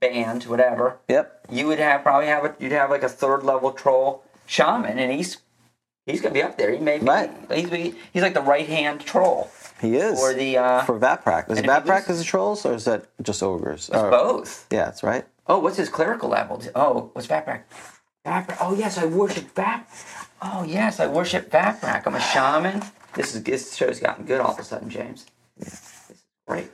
band, whatever,
Yep.
you would have probably have a, you'd have like a third level troll shaman, and he's he's gonna be up there. He may be
Right.
he's be, he's like the right hand troll
He is.
or the uh,
for Vatprak. Is
if you
Vatprak
lose-
is trolls or is that just ogres? Or-
both.
Yeah, that's right.
Oh, what's his clerical level? Oh, what's backpack? Vaprak. Oh yes, I worship Vap. Oh yes, I worship Vaprak. I'm a shaman. This is this show's gotten good all of a sudden, James. This is great.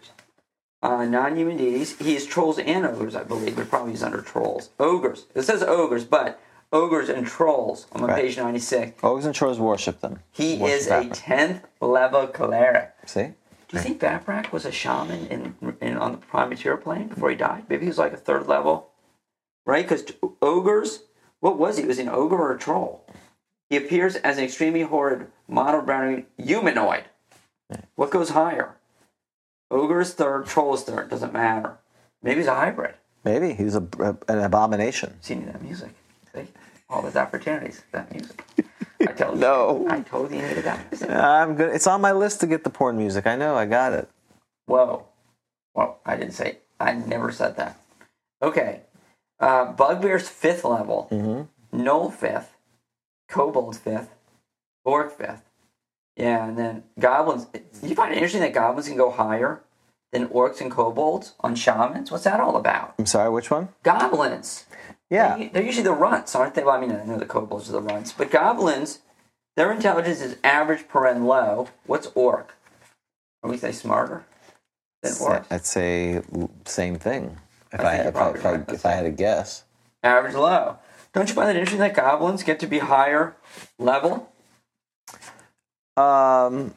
Uh, non-human deities. He is trolls and ogres, I believe, but probably he's under trolls. Ogres. It says ogres, but ogres and trolls. I'm on
Right.
page ninety-six.
Ogres and Trolls worship them.
He
Worship
is a
Vaprak.
tenth level cleric.
See?
Do you think Vaprak was a shaman in, in on the prime material plane before he died? Maybe he was like a third level, right? Because ogres, what was he? Was he an ogre or a troll? He appears as an extremely horrid, model brown humanoid. What goes higher? Ogre is third, troll is third. Doesn't matter. Maybe he's a hybrid.
Maybe he's a, a- an abomination.
See that music. See? All those opportunities. That music. I told
No.
you. I totally needed that music.
I'm good. It's on my list to get the porn music. I know. I got it.
Whoa. Well, I didn't say. I never said that. Okay. Uh, Bugbear's fifth level. Knoll fifth. Kobold fifth. Bork fifth. Yeah, and then goblins. You find it interesting that goblins can go higher than orcs and kobolds on shamans? What's that all about?
I'm sorry. Which one?
Goblins.
Yeah.
They're usually the runts, aren't they? Well, I mean, I know the kobolds are the runts, but goblins, their intelligence is average, paren low. What's orc? Or we say smarter than orcs.
I'd say l- same thing. If
I
I,
think you're
if, I,
probably
if, I,
right.
if I had a guess,
Average low. Don't you find that interesting that goblins get to be higher level?
um,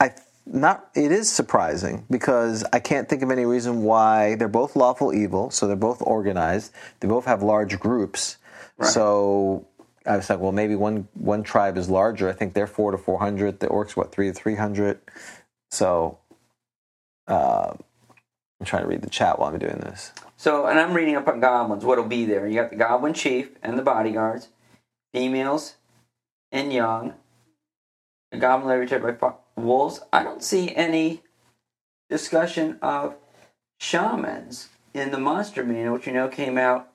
I not. It is surprising because I can't think of any reason why they're both lawful evil. So they're both organized. They both have large groups. So I was like, well, maybe one one tribe is larger. I think they're four to four hundred. The orcs what three to three hundred. So. Uh, I'm trying to read the chat while I'm doing this.
So, and I'm reading up on goblins, what'll be there. You got the goblin chief and the bodyguards, females and young, the goblin lair protected by fo- wolves. I don't see any discussion of shamans in the monster manual, which you know came out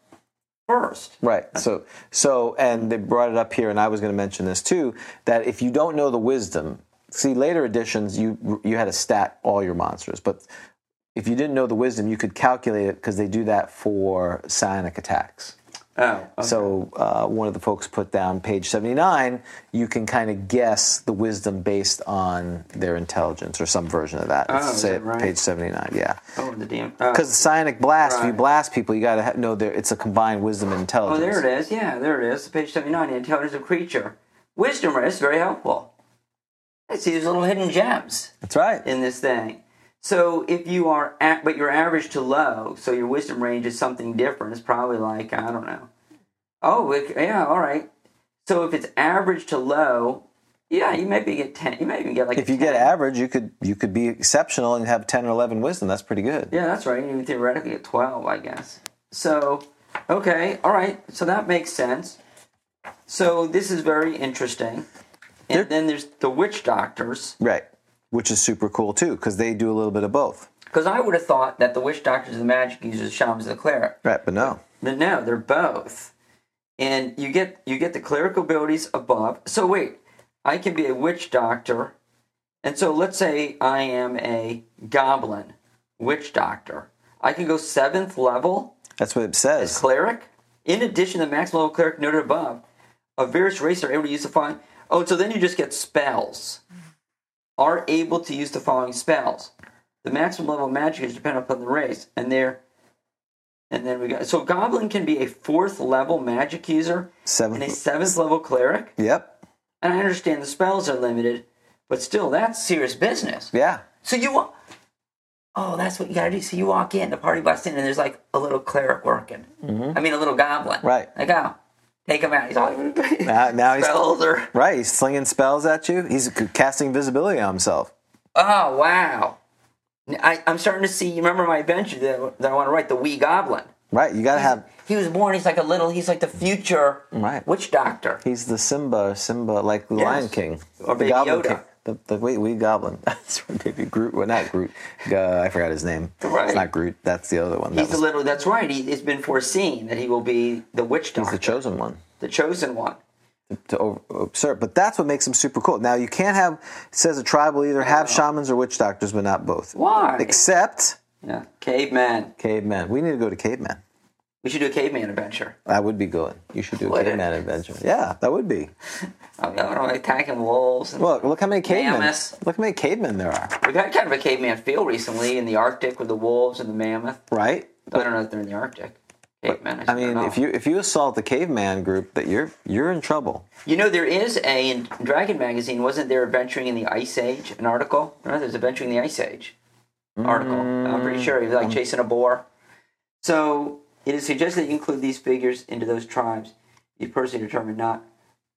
first.
Right. So so and they brought it up here and I was going to mention this too that if you don't know the wisdom, see later editions you you had to stat all your monsters, but if you didn't know the wisdom, you could calculate it because they do that for psionic attacks.
Oh, okay.
So uh, one of the folks put down page 79, you can kind of guess the wisdom based on their intelligence or some version of that.
Oh, is
Say
that right?
Page 79, yeah.
oh, the damn.
Because the psionic blast, if you
Right.
blast people, you got to ha- know there- it's a combined wisdom and
Oh,
intelligence.
there it is. Yeah, there it is. Page 79, The Intelligence of Creature. Wisdom is very helpful. I see these little hidden gems
That's right.
in this thing. So if you are, at, but you're average to low, so your wisdom range is something different. It's probably like, I don't know. Oh, it, yeah, all right. So if it's average to low, yeah, you maybe get 10. You maybe get like
if you
10.
get average, you could you could be exceptional and have ten or eleven wisdom. That's pretty good.
Yeah, that's right. You theoretically at 12, I guess. So, okay, all right. So that makes sense. So this is very interesting. And
There-
then there's the witch doctors.
Right, which is super cool too because they do a little bit of both.
Because I would have thought that the witch doctors are the magic users, shamans are the cleric.
Right, but no,
But no, they're both. And you get you get the clerical abilities above. So wait, I can be a witch doctor. And so let's say I am a goblin witch doctor. I can go seventh level
that's what it
as
says.
cleric. In addition to the max level cleric noted above, of various races are able to use the following. Oh, so then you just get spells. Are able to use the following spells. The maximum level of magic is dependent upon the race, and they're. And then we got so goblin can be a fourth level magic user and a
Seventh.
seventh level cleric.
Yep.
And I understand the spells are limited, but still, that's serious business.
Yeah.
So you walk. Oh, that's what you gotta do. So you walk in, the party busts in, and there's like a little cleric working. I mean, a little goblin.
Right.
Like, oh, take him out. He's all.
Now, now he's
spells are.
right. He's slinging spells at you. He's casting visibility on himself.
Oh, wow. I, I'm starting to see. You remember my adventure that, that I want to write, the Wee Goblin.
Right. You got to have.
He was born. He's like a little. He's like the future
Right.
witch doctor.
He's the Simba, Simba, like the Lion King,
Or
the
Baby
Goblin
Yoda.
King. The, the wait, we goblin. That's right, baby Groot. Well, not Groot. Uh, I forgot his name.
Right.
It's not Groot. That's the other one. That
He's
was,
the little. That's right. He, it's been foreseen that he will be the witch
he's
doctor,
the chosen one.
the chosen one.
to over- observe. But that's what makes them super cool. Now you can't have it says a tribe will either have shamans or witch doctors, but not both.
Why?
Except
yeah, caveman.
cavemen. We need to go to cavemen.
We should do a caveman adventure.
That would be good. You should do a
Would it?
caveman adventure. Yeah, that would be.
I'm like attacking wolves. And
Look, look how many cavemen.
Mammoths.
Look how many cavemen there are,
we got kind of a caveman feel recently in the Arctic with the wolves and the mammoth.
right?
I don't know if they're in the Arctic. Cavemen. just
I
don't
mean,
know.
if you if you assault the caveman group, that you're you're in trouble.
You know, there is a in Dragon magazine. Wasn't there adventuring in the Ice Age? An article? No, there's adventuring in the Ice Age article. I'm pretty sure he was like chasing a boar. So it is suggested that you include these figures into those tribes. You personally determine not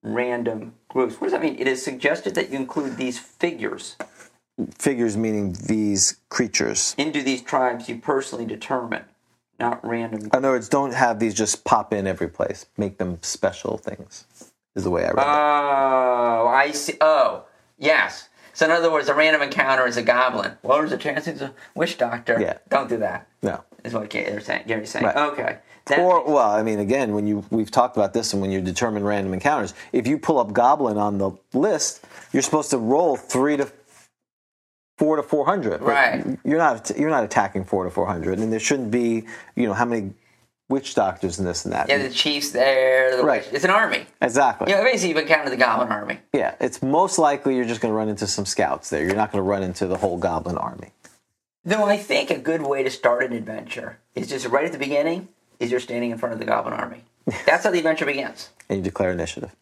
random groups. What does that mean? It is suggested that you include these figures
Figures meaning these creatures.
into these tribes you personally determine, not random.
In other words, don't have these just pop in every place. Make them special things. Is the way I read it.
Uh, Oh, I see. Oh, yes. So in other words, a random encounter is a goblin. Well, there's a chance it's a witch doctor.
Yeah.
Don't do that.
No.
Is what Ga- they're saying. Gary's saying.
Right.
Okay. That,
Or well, I mean, again, when you we've talked about this, and when you determine random encounters, if you pull up Goblin on the list, you're supposed to roll three to four to four hundred.
Right.
You're not you're not attacking four to four hundred, and there shouldn't be you know how many witch doctors and this and that.
yeah, the chief's there. The
Right.
witch- It's an army.
exactly.
You know, basically, you've encountered the goblin army.
Yeah, it's most likely you're just going to run into some scouts there. You're not going to run into the whole Goblin army.
Though I think a good way to start an adventure is just right at the beginning is you're standing in front of the goblin army. That's how the adventure begins.
And you declare initiative.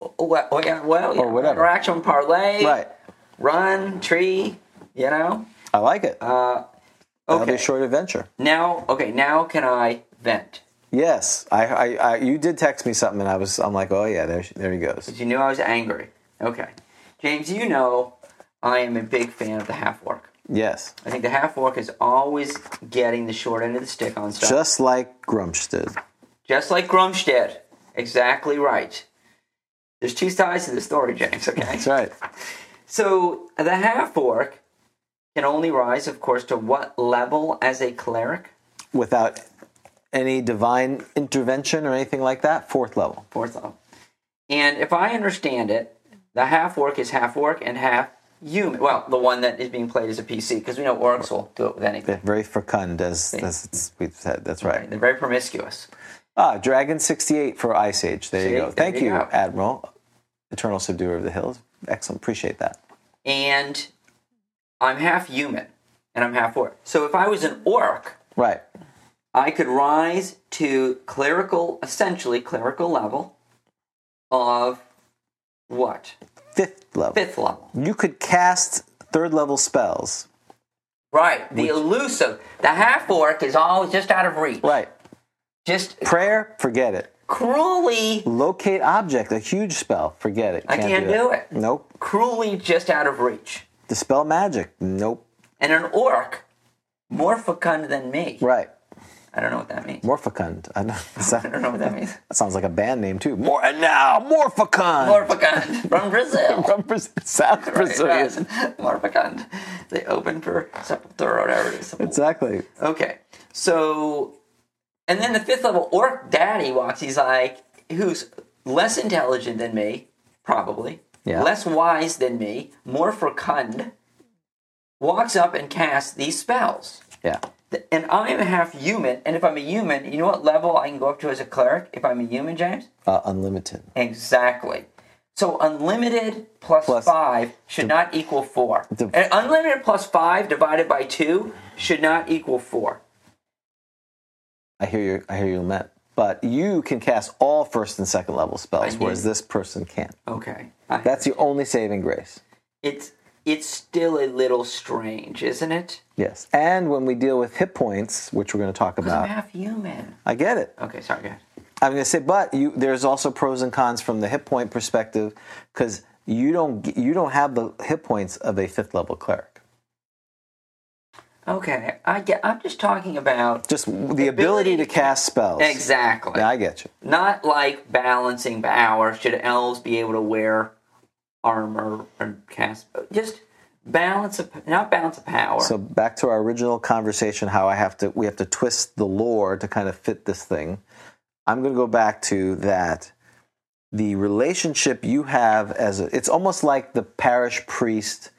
Well, well, yeah, well yeah.
whatever.
Interaction, parlay,
Right.
run, tree, you know?
I like it. That'll be
Uh, Okay.
a short adventure.
Now, okay, now can I vent?
Yes, I, I, I, you did text me something, and I was, I'm like, oh yeah, there, she- there he goes.
Because you knew I was angry. Okay. James, you know I am a big fan of the half orc.
Yes,
I think the half orc is always getting the short end of the stick on stuff.
just like Grumsh did.
Just like Grumstead. Exactly right. There's two sides to the story, James, okay?
That's right.
so the half orc can only rise, of course, to what level as a cleric?
Without any divine intervention or anything like that, fourth level.
fourth level. And if I understand it, the half orc is half orc and half human. Well, the one that is being played as a PC, because we know orcs will do it with anything.
Yeah, very fecund, as, as it's, we've said. That's right.
They're very promiscuous.
Ah, Dragon 68 for Ice Age. There
See,
you go.
there
Thank
you
you,
go.
Admiral, Eternal Subduer of the Hills. Excellent. Appreciate that.
And I'm half human and I'm half orc. So if I was an orc,
Right.
I could rise to clerical, essentially clerical level of what?
Fifth level.
Fifth level.
You could cast third level spells.
Right. The elusive. The half orc is always just out of reach.
Right.
Just
Prayer, forget it.
cruelly
Locate object, a huge spell, forget it.
I can't do
that.
it.
Nope.
cruelly just out of reach.
Dispel magic, nope.
And an orc, more fecund than me.
Right.
I don't know what that means.
Morphicund. I know. so-
I don't know what that means.
that sounds like a band name too. More and now Morphicund.
More fecund from Brazil.
From Braz- South Brazilian.
More fecund. They open for Sepultura or whatever it is.
Exactly.
Okay. So, and then the fifth level orc daddy walks. He's like, who's less intelligent than me, probably,
Yeah.
less wise than me, more fecund, walks up and casts these spells.
Yeah.
And I'm half human, and if I'm a human, you know what level I can go up to as a cleric if I'm a human, James?
Uh, unlimited.
Exactly. So unlimited plus,
Plus-
five should not equal four.
Div-
and unlimited plus five divided by two should not equal four.
I hear your I hear your lament. But you can cast all first and second level spells,
I do.
whereas this person can't.
Okay. I-
That's your only saving grace.
it's it's still a little strange, isn't it?
Yes. And when we deal with hit points, which we're going to talk
'Cause I'm
about,
half human.
I get it.
Okay, sorry, go ahead.
I'm going to say, but you, there's also pros and cons from the hit point perspective because you don't g- you don't have the hit points of a fifth level cleric.
Okay, I get. I'm just talking about
Just the ability, to cast spells.
exactly.
Yeah, I get you.
not like balancing power. Should elves be able to wear armor and cast? Just balance of not balance of power.
So back to our original conversation, how I have to we have to twist the lore to kind of fit this thing. I'm going to go back to that. The relationship you have as a, it's almost like the parish priest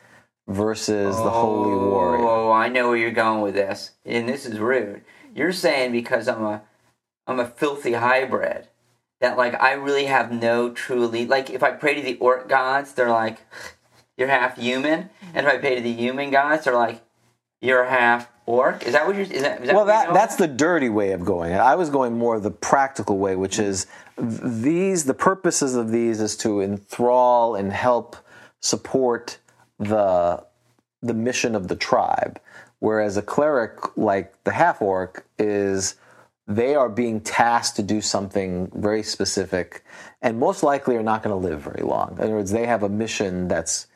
versus the holy warrior.
oh, I know where you're going with this, and this is rude. You're saying because I'm a I'm a filthy hybrid. That like I really have no truly like if I pray to the orc gods, they're like you're half human, and if I pray to the human gods, they're like you're half orc. Is that what you're? Is that, is that
Well,
what you're
that,
going
that's
with?
the dirty way of going. I was going more the practical way, which is th- these. The purposes of these is to enthrall and help support the the mission of the tribe. Whereas a cleric like the half orc is they are being tasked to do something very specific, and most likely are not going to live very long. In other words, they have a mission that's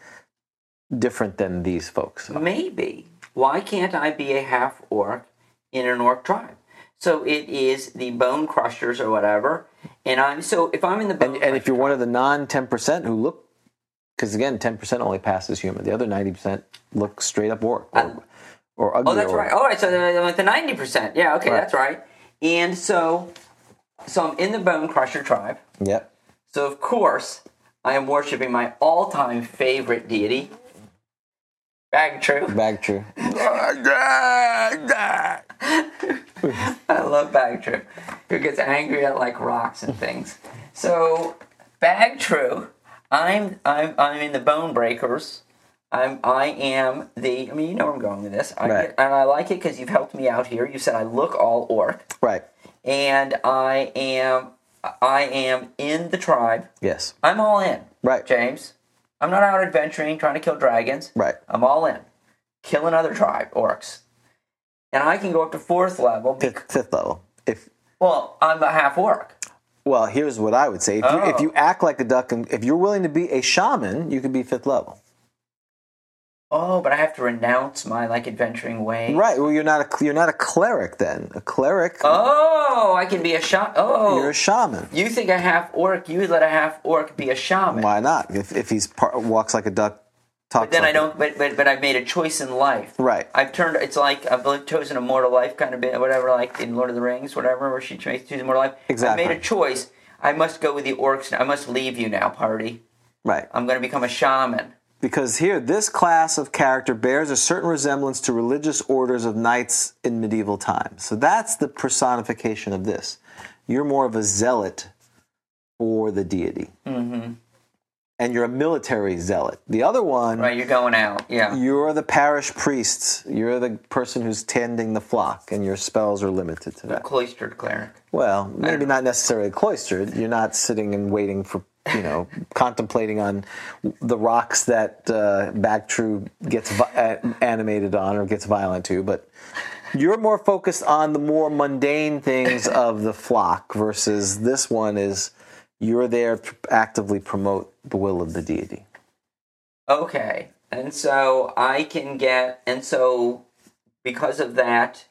different than these folks.
Maybe. Why can't I be a half orc in an orc tribe? So it is the bone crushers or whatever, and I'm so if I'm in the bone
And, and if you're one of the non 10% who look, because again, 10% only passes human. The other 90% look straight up orc or, or ugly.
Oh, that's
orc.
right. All right, so they're like the ninety percent. Yeah, okay,
Right.
that's right. And so, so I'm in the Bone Crusher tribe.
Yep.
So of course, I am worshiping my all-time favorite deity, Bag Troop.
Bag true.
I love Bag True, who gets angry at like rocks and things. So Bag True, I'm I'm I'm in the Bone Breakers. I'm I am the I mean you know where I'm going with this. I
Right.
get- and I like it because you've helped me out here. You said I look all orc,
Right.
and I am I am in the tribe.
Yes.
I'm all in.
Right.
James. I'm not out adventuring, trying to kill dragons.
Right.
I'm all in. Kill another tribe, orcs. And I can go up to fourth level. Be-
Fifth, fifth level. If
well, I'm a half orc.
Well, here's what I would say. If, you, if
Oh.
you act like a duck and if you're willing to be a shaman, you could be fifth level.
Oh, but I have to renounce my like adventuring way.
Right. Well, you're not a, you're not a cleric then. A cleric,
Oh, I can be a shaman. Oh,
you're a shaman.
you think a half orc? You would let a half orc be a shaman?
Why not? If, if he's par- walks like a duck, talks
Then
like
I
a-
don't. But, but but I've made a choice in life.
Right.
I've turned. It's like I've li- chosen a mortal life, kind of bit, whatever, like in Lord of the Rings, whatever, where she cho- chooses a mortal life.
Exactly.
I made a choice. I must go with the orcs. now. I must leave you now, party.
Right.
I'm going to become a shaman.
Because here, this class of character bears a certain resemblance to religious orders of knights in medieval times. So that's the personification of this. You're more of a zealot for the deity. Mm-hmm. And you're a military zealot. The other one,
Right, you're going out. Yeah.
you're the parish priest. You're the person who's tending the flock, and your spells are limited to that.
Cloistered cleric.
Well, maybe not necessarily cloistered. You're not sitting and waiting for, you know, contemplating on the rocks that uh, Bactru gets vi- uh, animated on or gets violent to, but you're more focused on the more mundane things of the flock versus this one is you're there to actively promote the will of the deity.
Okay. And so I can get. And so because of that,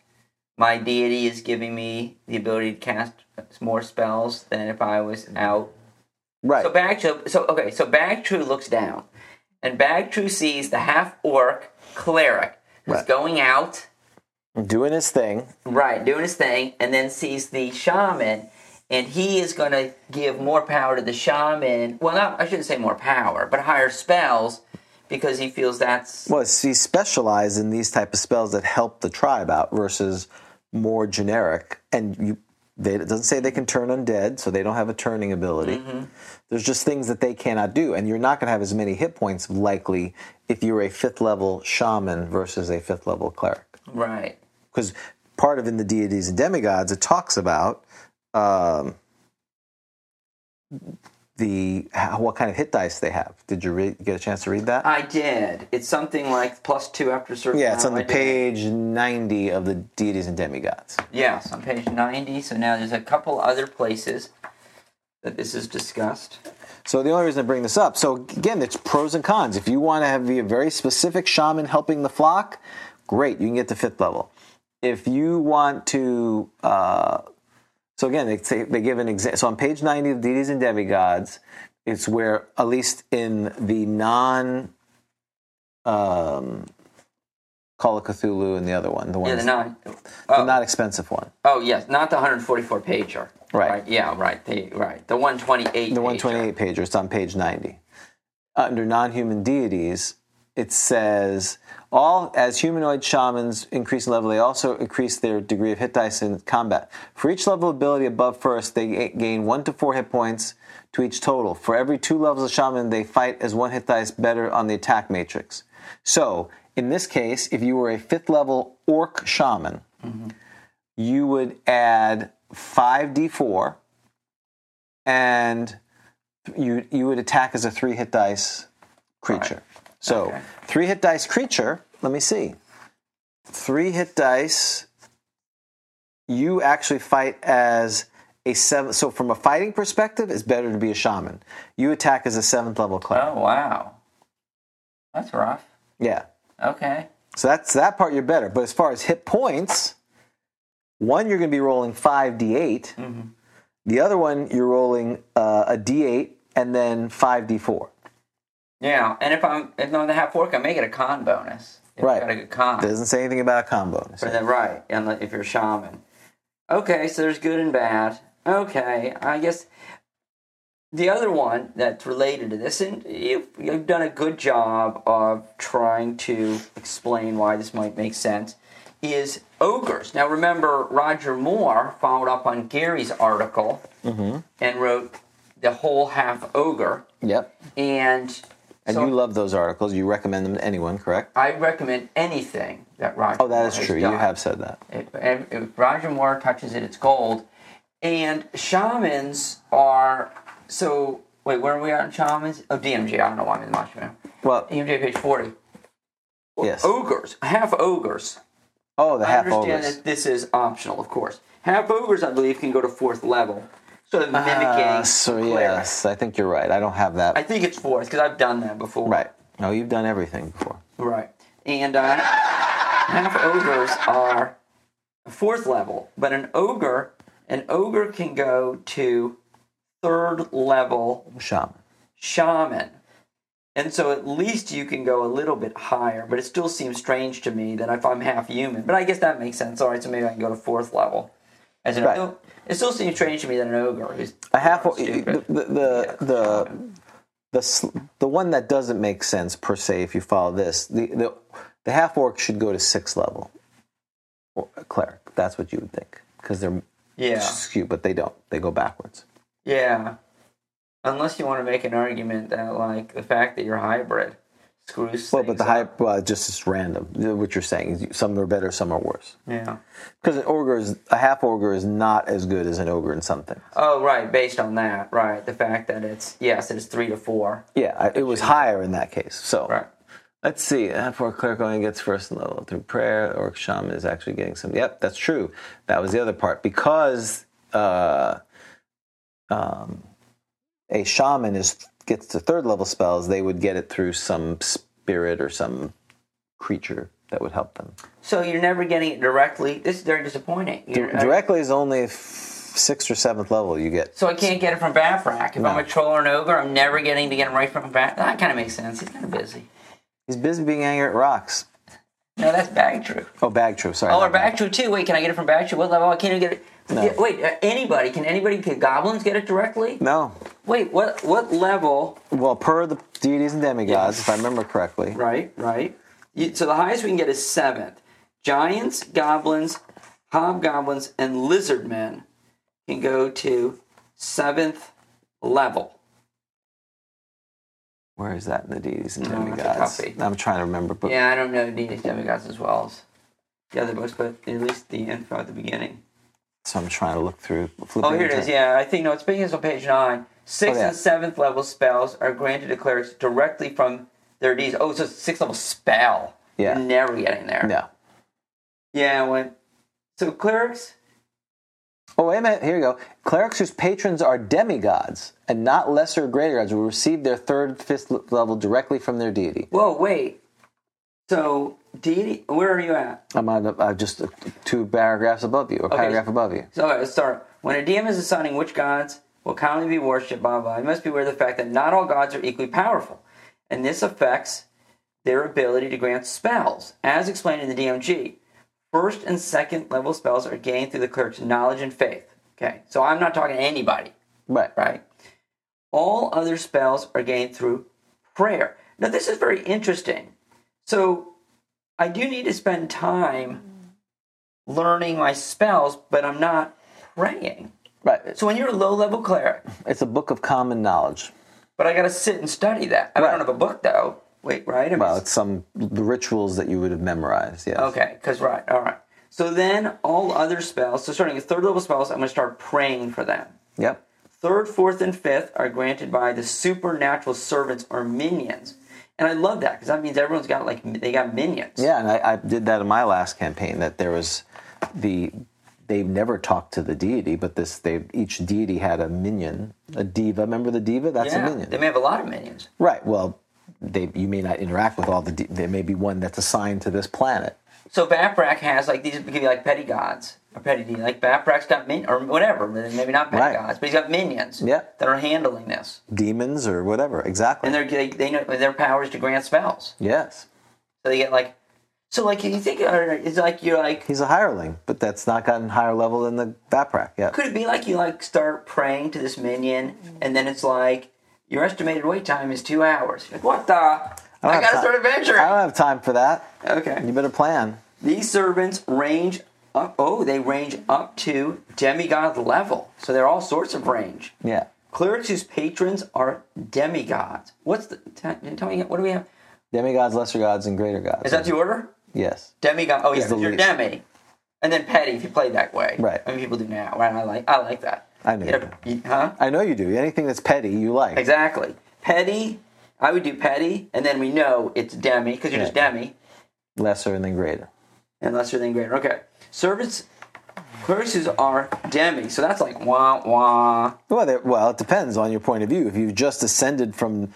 my deity is giving me the ability to cast more spells than if I was out
Right.
So Bagtru, so okay, so Bagtru looks down, and Bagtru sees the half orc cleric who's
Right.
going out,
Doing his thing.
right, doing his thing, and then sees the shaman, and he is going to give more power to the shaman. Well, not I shouldn't say more power, but higher spells because he feels that's
Well, it's- he specialized in these type of spells that help the tribe out versus more generic. And you, they, it doesn't say they can turn undead, so they don't have a turning ability. There's just things that they cannot do, and you're not going to have as many hit points likely if you're a fifth level shaman versus a fifth level cleric
right.
because part of in the deities and demigods it talks about um, the how, what kind of hit dice they have. Did you read, get a chance to read that?
I did. It's something like plus two after a certain.
Yeah, it's on
amount.
the
I did.
page 90 of the deities and demigods.
Yes, on page ninety. So now there's a couple other places that this is discussed.
So the only reason I bring this up, so again, it's pros and cons. If you want to have be a very specific shaman helping the flock, great, you can get to fifth level. If you want to, uh, so again, they, say, they give an example. So on page 90 of Deities and Demigods, it's where, at least in the non um, Call of Cthulhu and the other one, the one
Yeah, the nine.
the
Oh.
not expensive one.
Oh yes, not the 144 pager.
Right.
Yeah. Right. The right. The 128.
The 128 pager. It's on page 90. Under non-human deities, it says all as humanoid shamans increase in level, they also increase their degree of hit dice in combat. For each level ability above first, they ga- gain one to four hit points to each total. For every two levels of shaman, they fight as one hit dice better on the attack matrix. So in this case, if you were a fifth level orc shaman, you would add five d4 and you you would attack as a three hit dice creature. So
Okay.
three hit dice creature. Let me see. Three hit dice. You actually fight as a seven. So from a fighting perspective, it's better to be a shaman. You attack as a seventh level cleric.
Oh wow, that's rough.
Yeah.
Okay.
So that's that part. You're better. But as far as hit points, one you're going to be rolling five d8. The other one you're rolling uh, a d8 and then five d4.
Yeah, and if I'm if I'm the half orc, I may get a con bonus. If
Right.
I got a good con.
Doesn't say anything about a combo.
For the right, and the- if you're a shaman. Okay, so there's good and bad. Okay, I guess the other one that's related to this, and you, you've done a good job of trying to explain why this might make sense, is ogres. Now, remember, Roger Moore followed up on Gary's article
Mm-hmm.
and wrote the whole half ogre,
Yep.
and
And
so
you love those articles. You recommend them to anyone, correct?
I recommend anything that Roger.
Oh, that is
Moore has
true. You
done.
have said that.
If, if, if Roger Moore touches it, it's gold. And shamans are so. Wait, where are we on shamans? Oh, DMG. I don't know why I'm in the mushroom.
Well,
DMG page forty.
yes.
Ogres, half ogres.
Oh, the half
I understand
ogres.
that this is optional, of course. Half ogres, I believe, can go to fourth level. So mimicking.
Ah, so
cleric.
yes, I think you're right. I don't have
I
that.
think it's fourth because I've done that before.
Right. No, you've done everything before.
Right. And uh, half ogres are fourth level, but an ogre, an ogre can go to third level
Shaman.
shaman. And so at least you can go a little bit higher, but it still seems strange to me that if I'm half human, but I guess that makes sense. All right, so maybe I can go to fourth level. As an
Right.
ogre. It still seems strange to me that an ogre is
A half o- the
Stupid.
the the, the the sl- the one that doesn't make sense per se if you follow this the the, the half orc should go to sixth level or a cleric that's what you would think because they're
yeah.
skewed but they don't they go backwards
Yeah. Unless you want to make an argument that, like, the fact that you're hybrid screws.
Well, but the high,
things
well, just it's random. What you're saying is you- some are better, some are worse.
up. Yeah.
Because an ogre is a half ogre is not as good as an ogre in something.
Oh, right. Based on that, right. The fact that it's, yes, it's three to four.
Yeah, I, it was higher in that case. So
Right.
let's see. Half orc cleric only gets first level through prayer. Orc shaman is actually getting some. Yep, that's true. That was the other part because uh, um, a shaman is gets to third level spells. They would get it through some spirit or some creature that would help them.
So you're never getting it directly. This is very disappointing. You're- uh,
Directly is only f- sixth or seventh level you get.
So I can't get it from Bafrak. If I'm a troll or an ogre, I'm never getting to get him right from Bafrak. That kind of makes sense. He's kind of busy.
He's busy being angry at rocks.
No, that's Bagtrue.
Oh, bag troop. Sorry.
Oh,
not
or Bagtrue too. Wait, can I get it from Bagtrue? What level? I can't even get it. Yeah, Wait, uh, anybody? Can anybody? Can goblins get it directly?
No.
Wait, what? What level?
Well, per the deities and demigods, if I remember correctly.
Right, right. You, so the highest we can get is seventh. Giants, goblins, hobgoblins, and lizard men can go to seventh level.
Where is that in the deities and
Mm, that's a
demigods?
toughie.
I'm trying to remember, but
Yeah, I don't know these demigods as well as the other books, but at least the info at the beginning.
so I'm trying to look through. flipping
Oh, here it
through.
is. Yeah, I think no, it's begins on page nine. Sixth
Oh, yeah.
and seventh level spells are granted to clerics directly from their D's. Oh, so it's a sixth level spell.
Yeah.
You're never getting there.
Yeah.
Yeah, when, so clerics,
Oh, wait a minute. Here you go. Clerics whose patrons are demigods and not lesser or greater gods will receive their third, fifth le- level directly from their deity.
Whoa, wait. So, deity, where are you at?
I'm on the, uh, just two paragraphs above you, or paragraph above you.
So, let's start. When a DM is assigning which gods will commonly be worshipped, blah, blah, you must be aware of the fact that not all gods are equally powerful, and this affects their ability to grant spells, as explained in the DMG. First and second level spells are gained through the cleric's knowledge and faith. Okay, so I'm not talking to anybody.
Right.
right? All other spells are gained through prayer. Now, this is very interesting So I do need to spend time learning my spells, but I'm not praying.
Right.
So when you're a low level cleric,
It's a book of common knowledge.
but I got to sit and study that. I
Right.
don't have a book though. Wait, right? I mean,
Well, it's some the rituals that you would have memorized. Yes.
Okay, because right, all right. So then all other spells, so starting at third level spells, I'm going to start praying for them.
Yep.
Third, fourth, and fifth are granted by the supernatural servants or minions. And I love that because that means everyone's got like, they got minions.
Yeah, and I, I did that in my last campaign. That there was the they never talked to the deity, but this they each deity had a minion, a diva. Remember the diva? That's
Yeah,
a minion,
They may have a lot of minions.
right? Well, they you may not interact with all the. De- there may be one that's assigned to this planet.
So Baprak has like these could be like petty gods or petty de- like Baprak's got min or whatever maybe not petty
Right.
gods but he's got minions
Yeah.
that are handling this
demons or whatever. Exactly.
and they're they, they know their powers to grant spells
yes,
so they get like so like you think or it's like you're like
he's a hireling, but that's not gotten higher level than the Vaprak. Yeah,
could it be like you like start praying to this minion and then it's like your estimated wait time is two hours Like, what the I,
don't have
gotta
time.
start
I don't
adventuring
have time for that.
okay
You better plan.
These servants range up. Oh, they range up to demigod level. So they're all sorts of range.
Yeah,
Clerics whose patrons are demigods. What's the? Tell, tell me, what do we have?
demigods, lesser gods, and greater gods.
Is that the order?
yes?
Demigod. Oh yeah,
the
you're
least.
demi, and then petty if you play that way.
Right.
I mean, people do now. Right. I like. I like that.
I know
You know, you- huh?
I know you do. Anything that's petty, you like.
Exactly. Petty. I would do petty, and then we know it's demi because you're just
Yeah.
demi.
Lesser and then greater.
and lesser than greater. Okay. Servants, clerks are demi. So that's like wah wah.
Well, there, well, it depends on your point of view. If you've just ascended from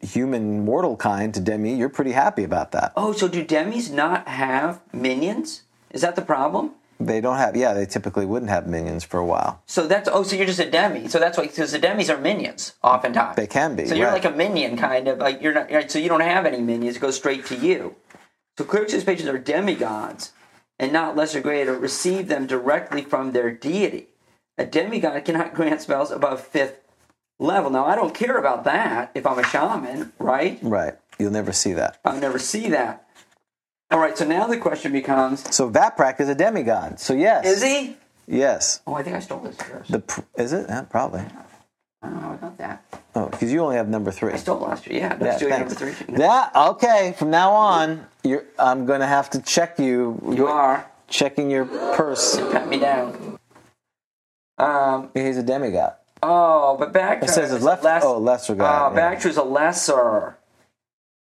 human mortal kind to demi, you're pretty happy about that.
Oh, so do demis not have minions? Is that the problem?
They don't have. Yeah, they typically wouldn't have minions for a while.
So that's oh, so you're just a demi. So that's why because the demis are minions oftentimes.
They can be,
So you're
right.
like a minion kind of like you're not. Right, so you don't have any minions. It goes straight to you. So clerics whose patrons are demigods and not lesser greater receive them directly from their deity. A demigod cannot grant spells above fifth level. Now I don't care about that if I'm a shaman, right?
Right. You'll never see that.
I'll never see that. All right. So now the question becomes:
So Vaprak is a demigod. So yes,
Is he?
Yes.
Oh, I think I stole this first.
The pr- is it? Yeah, probably.
I don't know about that.
Oh, because you only have number three.
I stole last year. Yeah,
Yeah,
let's do it number
thanks.
three.
Yeah, okay. From now on, you're, I'm going to have to check you.
You are.
checking your purse.
Pat me down. Um.
He's a demigod.
Oh, but back.
It says it's left. oh, lesser god.
Oh,
yeah.
Bactra is a lesser.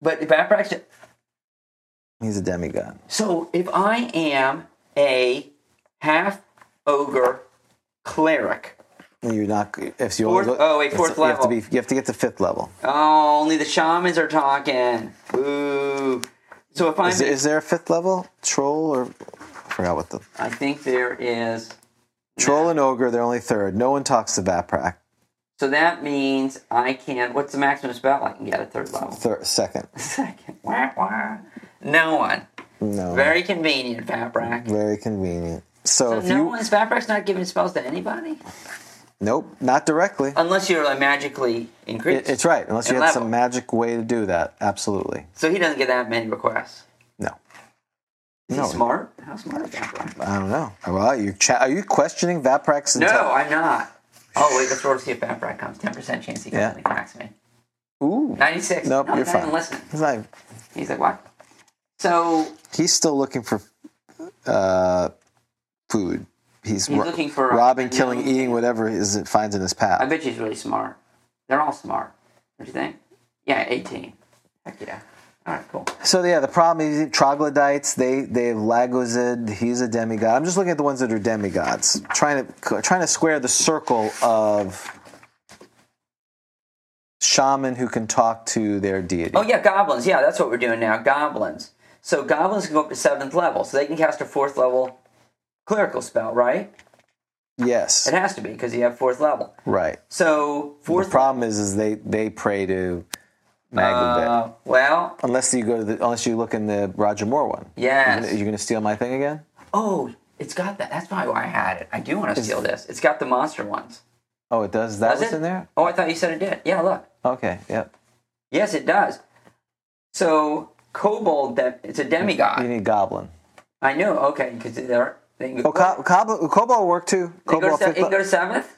But Bactra.
He's a demigod.
So if I am a half ogre cleric,
You're not. If you
Fourth-
only go-
oh, wait,
it's-
fourth
you Have to
level.
be, you have to get to fifth level.
oh, only the shamans are talking. Ooh. So if I'm,
Is, there- is there a fifth level troll or? I forgot what the
I think there is.
troll and ogre. They're only third. No one talks to uh, Vaprak.
So that means I can. What's the maximum spell I can get at third level?
Third, second.
Second. Wah, wah. No one.
No.
Very convenient, Fabrack.
Very convenient. So, if
no
you
one's Fabrack's not giving spells to anybody
nope, not directly.
unless you're like magically
It-
increased.
It's right, unless you
And
had some
Oh, level.
magic way to do that. Absolutely.
So he doesn't get that many requests.
No.
Is
No.
he smart? How smart is Fabrack?
I don't know. Well, you cha- are you questioning Vaprak's
No,
intel-
I'm not. Oh wait, let's roll to see if Fabrack comes. Ten percent chance he comes
Yeah.
and attacks me.
Ooh.
Ninety-six.
Nope,
no,
you're
he's not
fine.
Even listening.
He's, not,
He's like, what? So
he's still looking for uh, food. He's,
He's
ro-
looking for, uh,
robbing,
no.
killing, eating whatever is it finds in his
I
path.
bet you he's really smart. They're all smart. Don't you think? Yeah, eighteen. Heck yeah. All right, cool.
So yeah, the problem is troglodytes. They they have Lagozid. He's a demigod. I'm just looking at the ones that are demigods. Trying to trying to square the circle of shaman who can talk to their deity.
Oh yeah, goblins. Yeah, that's what we're doing now. Goblins. So goblins can go up to seventh level, so they can cast a fourth level clerical spell, right?
Yes,
It has to be because you have fourth level.
right.
So
The
fourth.
problem is, is they they pray to Maglebeck.
Uh, well,
unless you go to the, unless you look in the Roger Moore one.
Yes.
You're going to steal my thing again?
oh, it's got that. That's probably why I had it. I do want to steal this. It's got the monster ones.
Oh, it does. That
Does
was
it?
in there.
Oh, I thought you said it did. Yeah, look.
Okay. Yep.
Yes, it does. So kobold that it's a demigod.
You need goblin.
I knew. Okay, because they're they can
Oh, co- cob- Cobalt work too.
they go,
Cobalt
to, se-
fifth
they can go
le-
to seventh,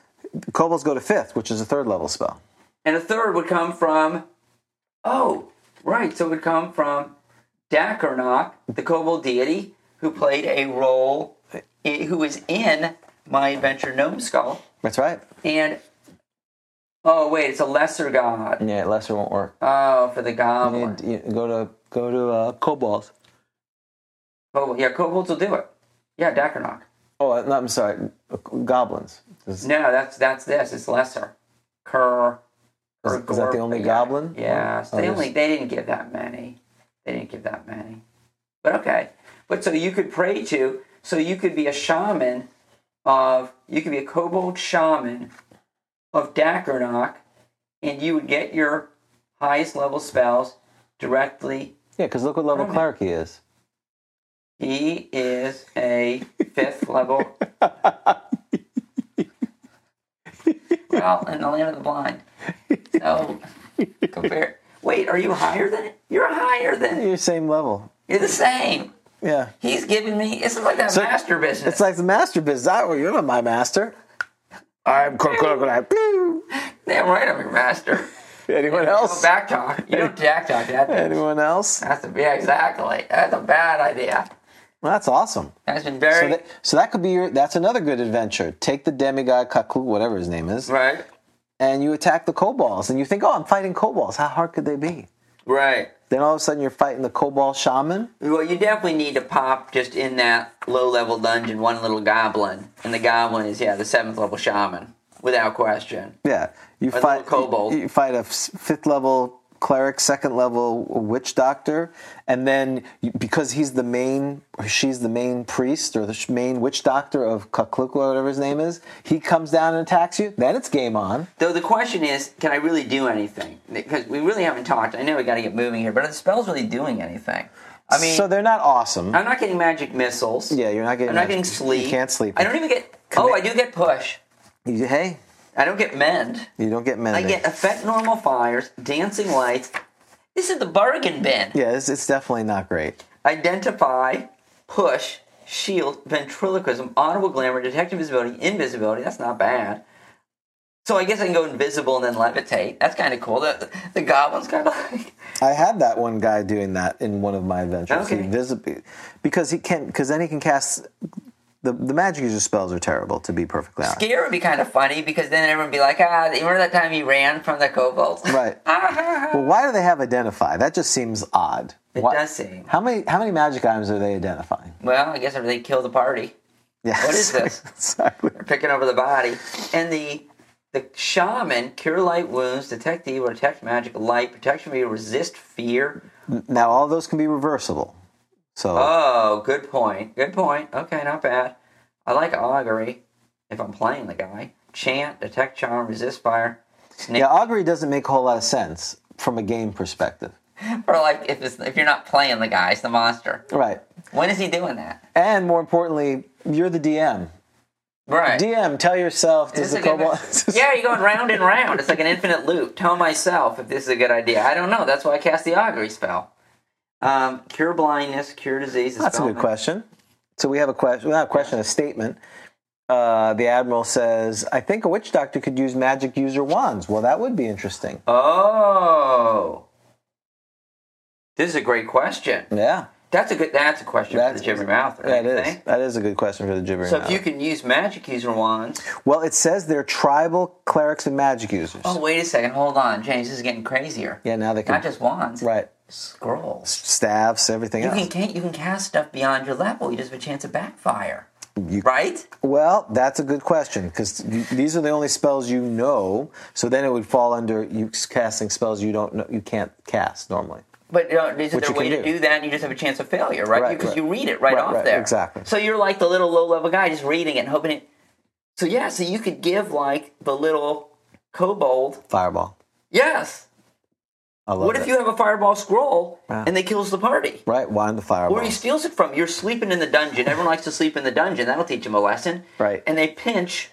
Kobolds go to fifth, which is a third level spell.
and a third would come from. Oh, right. So it would come from Dakarnok, the kobold deity, who played a role, i- who was in my adventure Gnome Skull,
That's right.
and oh wait, it's a lesser god.
Yeah, lesser won't work.
Oh, for the
You
goblin.
need- you go to go to uh, kobolds.
Kobold. Oh, Yeah, kobolds will do it. Yeah, Dakarnok.
Oh, uh, no, I'm sorry, goblins. Is,
No, that's that's this. It's lesser. Kerr.
is- is that the only
yeah.
goblin?
Yeah,
Oh,
they
there's-
only they didn't give that many. They didn't give that many. But okay. But so you could pray to. So you could be a shaman of. You could be a kobold shaman of Dakarnak, and you would get your highest level spells directly.
Yeah, because look what level
Right.
cleric he is.
He is a fifth level. well, in the land of the blind. So compare. Wait, are you higher than it? You're higher than
You're same level.
You're the same.
Yeah.
He's giving me. This is like that
So-
master business.
It's like the master biz. I- well, You're not my master. I'm clerk.
Damn right, I'm your master.
Anyone
No
else?
back talk. You don't back talk that. Thing.
Anyone else?
That's a, yeah, exactly. That's a bad idea.
Well, that's awesome.
That's been
So
very
that, so that could be your. That's another good adventure. Take the demigod Kaku, whatever his name is,
right.
and you attack the kobolds, and you think, "Oh, I'm fighting kobolds. How hard could they be?"
Right.
Then all of a sudden, you're fighting the kobold shaman.
Well, you definitely need to pop just in that low level dungeon one little goblin, and the goblin is yeah the seventh level shaman without question.
Yeah, you
little
fight
kobold.
You, you fight a f- fifth level cleric, second level witch doctor, and then you, because he's the main, or she's the main priest or the sh- main witch doctor of Kuklukla, whatever his name is, he comes down and attacks you. Then it's game on.
Though the question is, can I really do anything? Because we really haven't talked. I know we got to get moving here, but are the spells really doing anything? I mean,
so they're not awesome.
I'm not getting magic missiles.
yeah, you're not getting.
I'm not
that-
getting sleep.
You can't sleep.
I don't even get. Oh, I do get push.
You- hey,
I don't get mend.
you don't get mending.
I get affect normal fires, dancing lights. This is the bargain bin.
yeah, it's, it's definitely not great.
Identify, push, shield, ventriloquism, audible glamour, detective visibility, invisibility. That's not bad. So I guess I can go invisible and then levitate. That's kind of cool. The, the goblin's kind of like
I had that one guy doing that in one of my adventures. He
Okay.
visibly, because he can, because then he can cast. The, the magic user spells are terrible, to be perfectly honest.
scare would be kind of funny because then everyone would be like, ah, remember that time he ran from the kobolds?
Right. well, why do they have identify? That just seems odd. It why,
does seem.
How many how many magic items are they identifying?
Well, I guess if they kill the party.
Yes.
What is this?
exactly.
picking over the body. And the the shaman cure light wounds, detect evil, detect magic, light, protection meter, resist fear.
Now all those can be reversible. So
Oh, good point. Good point. Okay, not bad. I like augury if I'm playing the guy. Chant, detect charm, resist fire.
yeah, augury doesn't make a whole lot of sense from a game perspective.
Or like if it's, if you're not playing the guy, it's the monster.
Right.
When is he doing that?
And more importantly, you're the DM.
Right.
DM, tell yourself does the
Is this a good-
cobalt
yeah, you're going round and round. It's like an infinite loop. Tell myself if this is a good idea. I don't know. That's why I cast the augury spell. Um, cure blindness, cure disease.
That's a good
dispel-
question. So we have a question, well, not a question, a statement. Uh, the admiral says, "I think a witch doctor could use magic user wands." Well, that would be interesting.
Oh, this is a great question.
Yeah,
That's a good. That's a question
That's-
for the Jimmy Mouther.
that
don't you
is
think?
that is a good question for the gibbering.
So if you can use magic user wands.
well, it says they're tribal clerics and magic users.
Oh wait a second, hold on, James. This is getting crazier.
yeah, now they can
Not just wands.
right
Scrolls.
staffs everything
You
else.
can, can't, you can cast stuff beyond your level. You just have a chance of backfire.
You-
right?
Well, that's a good question because these are the only spells you know. So then it would fall under you casting spells you don't know, you can't cast normally.
But you know, is
Which
there a
you
way
can
to
do.
do that? And you just have a chance of failure, right?
Right,
Because
right.
you read it right,
Right,
off
right,
there,
exactly.
So you're like the little low level guy just reading it and hoping it. So yeah, so you could give like the little kobold.
Fireball.
Yes.
I love Ah.
What
that.
if you have a fireball scroll
Yeah.
and they kills the party?
Right, wine the fireball.
Where he steals it from? You're sleeping in the dungeon. Everyone likes to sleep in the dungeon. That'll teach him a lesson.
Right.
And they pinch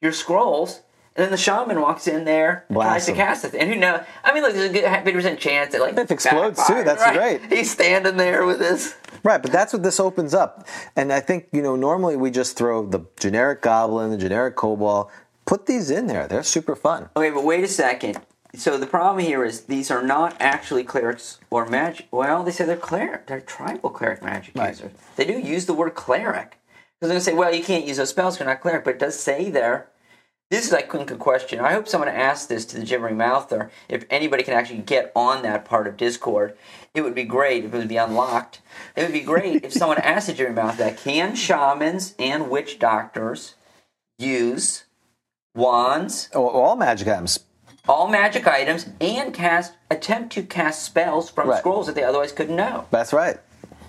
your scrolls, And then the shaman walks in there, and
Blast
tries to
him.
cast it, and who knows? I mean, look, there's a good fifty percent chance it like
If explodes, too,
backfired,
that's
right?
great.
He's standing there with this.
Right, but that's what this opens up. And I think, you know, normally we just throw the generic goblin, the generic kobold. Put these in there. They're super fun.
Okay, but wait a second. So the problem here is these are not actually clerics or magic. Well, they say they're cleric. They're tribal cleric magic
Right.
users. They do use the word cleric. Because they're going to say, well, you can't use those spells. 'cause You're not cleric. But it does say there. This is, I think, a question. I hope someone asked this to the gibbering mouther. If anybody can actually get on that part of Discord, it would be great if it would be unlocked. It would be great if someone asked the gibbering mouther that can shamans and witch doctors use wands
All- All magic items.
all magic items and cast attempt to cast spells from
Right.
scrolls that they otherwise couldn't know.
That's right.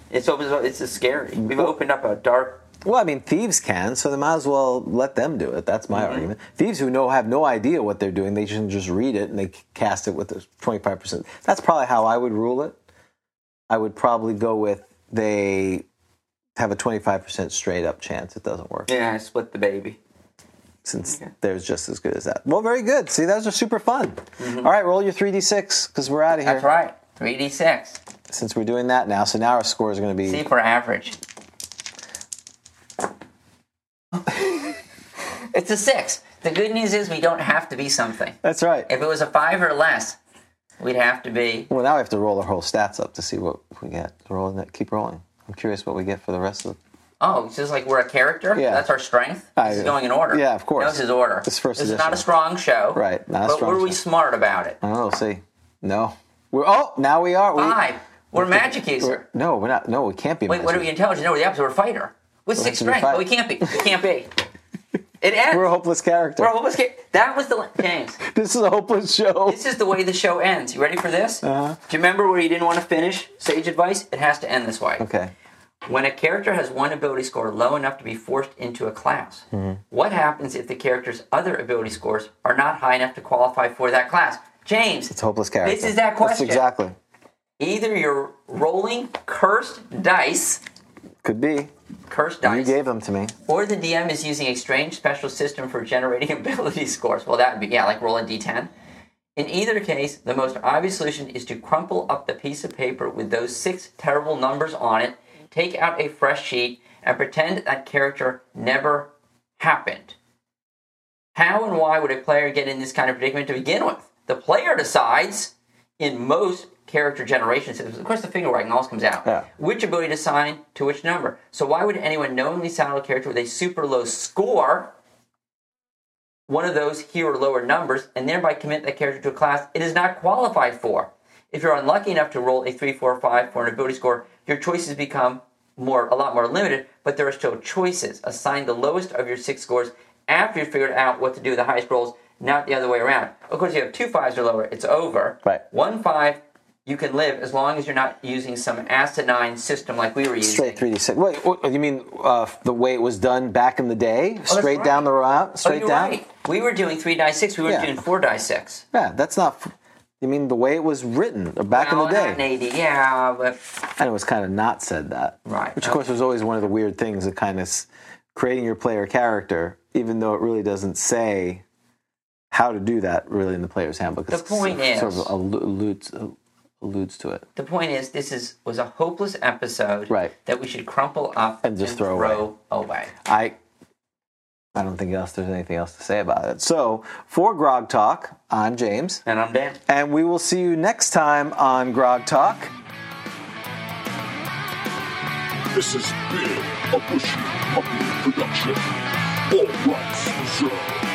It's opens up. It's just scary. We've opened up a dark.
Well, I mean, thieves can, so they might as well let them do it. That's my
Mm-hmm.
argument. Thieves who know have no idea what they're doing, they should just read it and they cast it with a 25%. That's probably how I would rule it. I would probably go with they have a 25% straight up chance it doesn't work
Yeah, I split the baby.
since there's just as good as that. Well, very good. See, those are super fun.
Mm-hmm.
All right, roll your 3d6 because we're out of here
That's right. Three d six.
since we're doing that now. So now our score is going to be.
See for average. it's a six. The good news is we don't have to be something.
That's right.
If it was a five or less, we'd have to be.
Well, now we have to roll our whole stats up to see what we get. Rolling that, keep rolling. I'm curious what we get for the rest of.
Oh, it's just like we're a character.
Yeah.
That's our strength.
I-
This is going in order.
Yeah, of course.
This is order.
It's first
This is not
edition.
a strong show.
Right, not a
but
strong
were we
show.
smart about it?
I don't know. We'll see. No, we're oh now we are. We,
Five. We're magic
we're-
user.
no, we're not. No, we can't be.
Wait, what are we? Intelligent? No, we're the opposite. We're fighter. With six
have to be
strength, but we
fight.
can't be. We can't be. It ends.
are a hopeless character.
We're a hopeless ca- That was the la- James.
This is a hopeless show.
This is the way the show ends. You ready for this? Uh-huh. Do you remember where you didn't want to finish? Sage advice. It has to end this way.
Okay.
When a character has one ability score low enough to be forced into a class,
Mm-hmm.
what happens if the character's other ability scores are not high enough to qualify for that class? James,
It's a hopeless character.
This is that question.
That's exactly.
Either you're rolling cursed dice,
Could be.
cursed
You
dice,
gave them to me.
or the DM is using a strange special system for generating ability scores. Well, that would be, yeah, like roll a d10. In either case, the most obvious solution is to crumple up the piece of paper with those six terrible numbers on it, take out a fresh sheet, and pretend that character never happened. How and why would a player get in this kind of predicament to begin with? The player decides in most character generation systems. Of course, the finger wagging always comes out.
Yeah.
Which ability to assign to which number. So why would anyone knowingly saddle a character with a super low score, one of those here or lower numbers, and thereby commit that character to a class it is not qualified for? If you're unlucky enough to roll a three, four, five for an ability score, your choices become more a lot more limited, but there are still choices. Assign the lowest of your six scores after you figured out what to do with the highest rolls, not the other way around. Of course, you have two fives or lower, it's over.
Right.
One five, you can live as long as you're not using some asinine system like we were using.
Straight 3d6. Wait, what, you mean uh, the way it was done back in the day? straight
Oh, right.
down the route?
Oh,
Straight
you're
down?
right. We were doing three die six. We were
Yeah.
doing four die six.
Yeah, that's not. f- You mean the way it was written or back
Well,
in the day?
not an 80, yeah, but
and it was kind of not said that.
Right.
Which, of course, was always one of the weird things of kind of s- creating your player character, even though it really doesn't say how to do that really in the player's handbook. The
point
sort
is-
of allu- alludes, alludes to it.
the point is, this is was a hopeless episode
Right.
that we should crumple up
And just throw
away.
I I don't think else there's anything else to say about it. So for Grog Talk, I'm James,
And I'm done.
and we will see you next time on Grog Talk.
This has been a Bushy Puppy production. All rights reserved.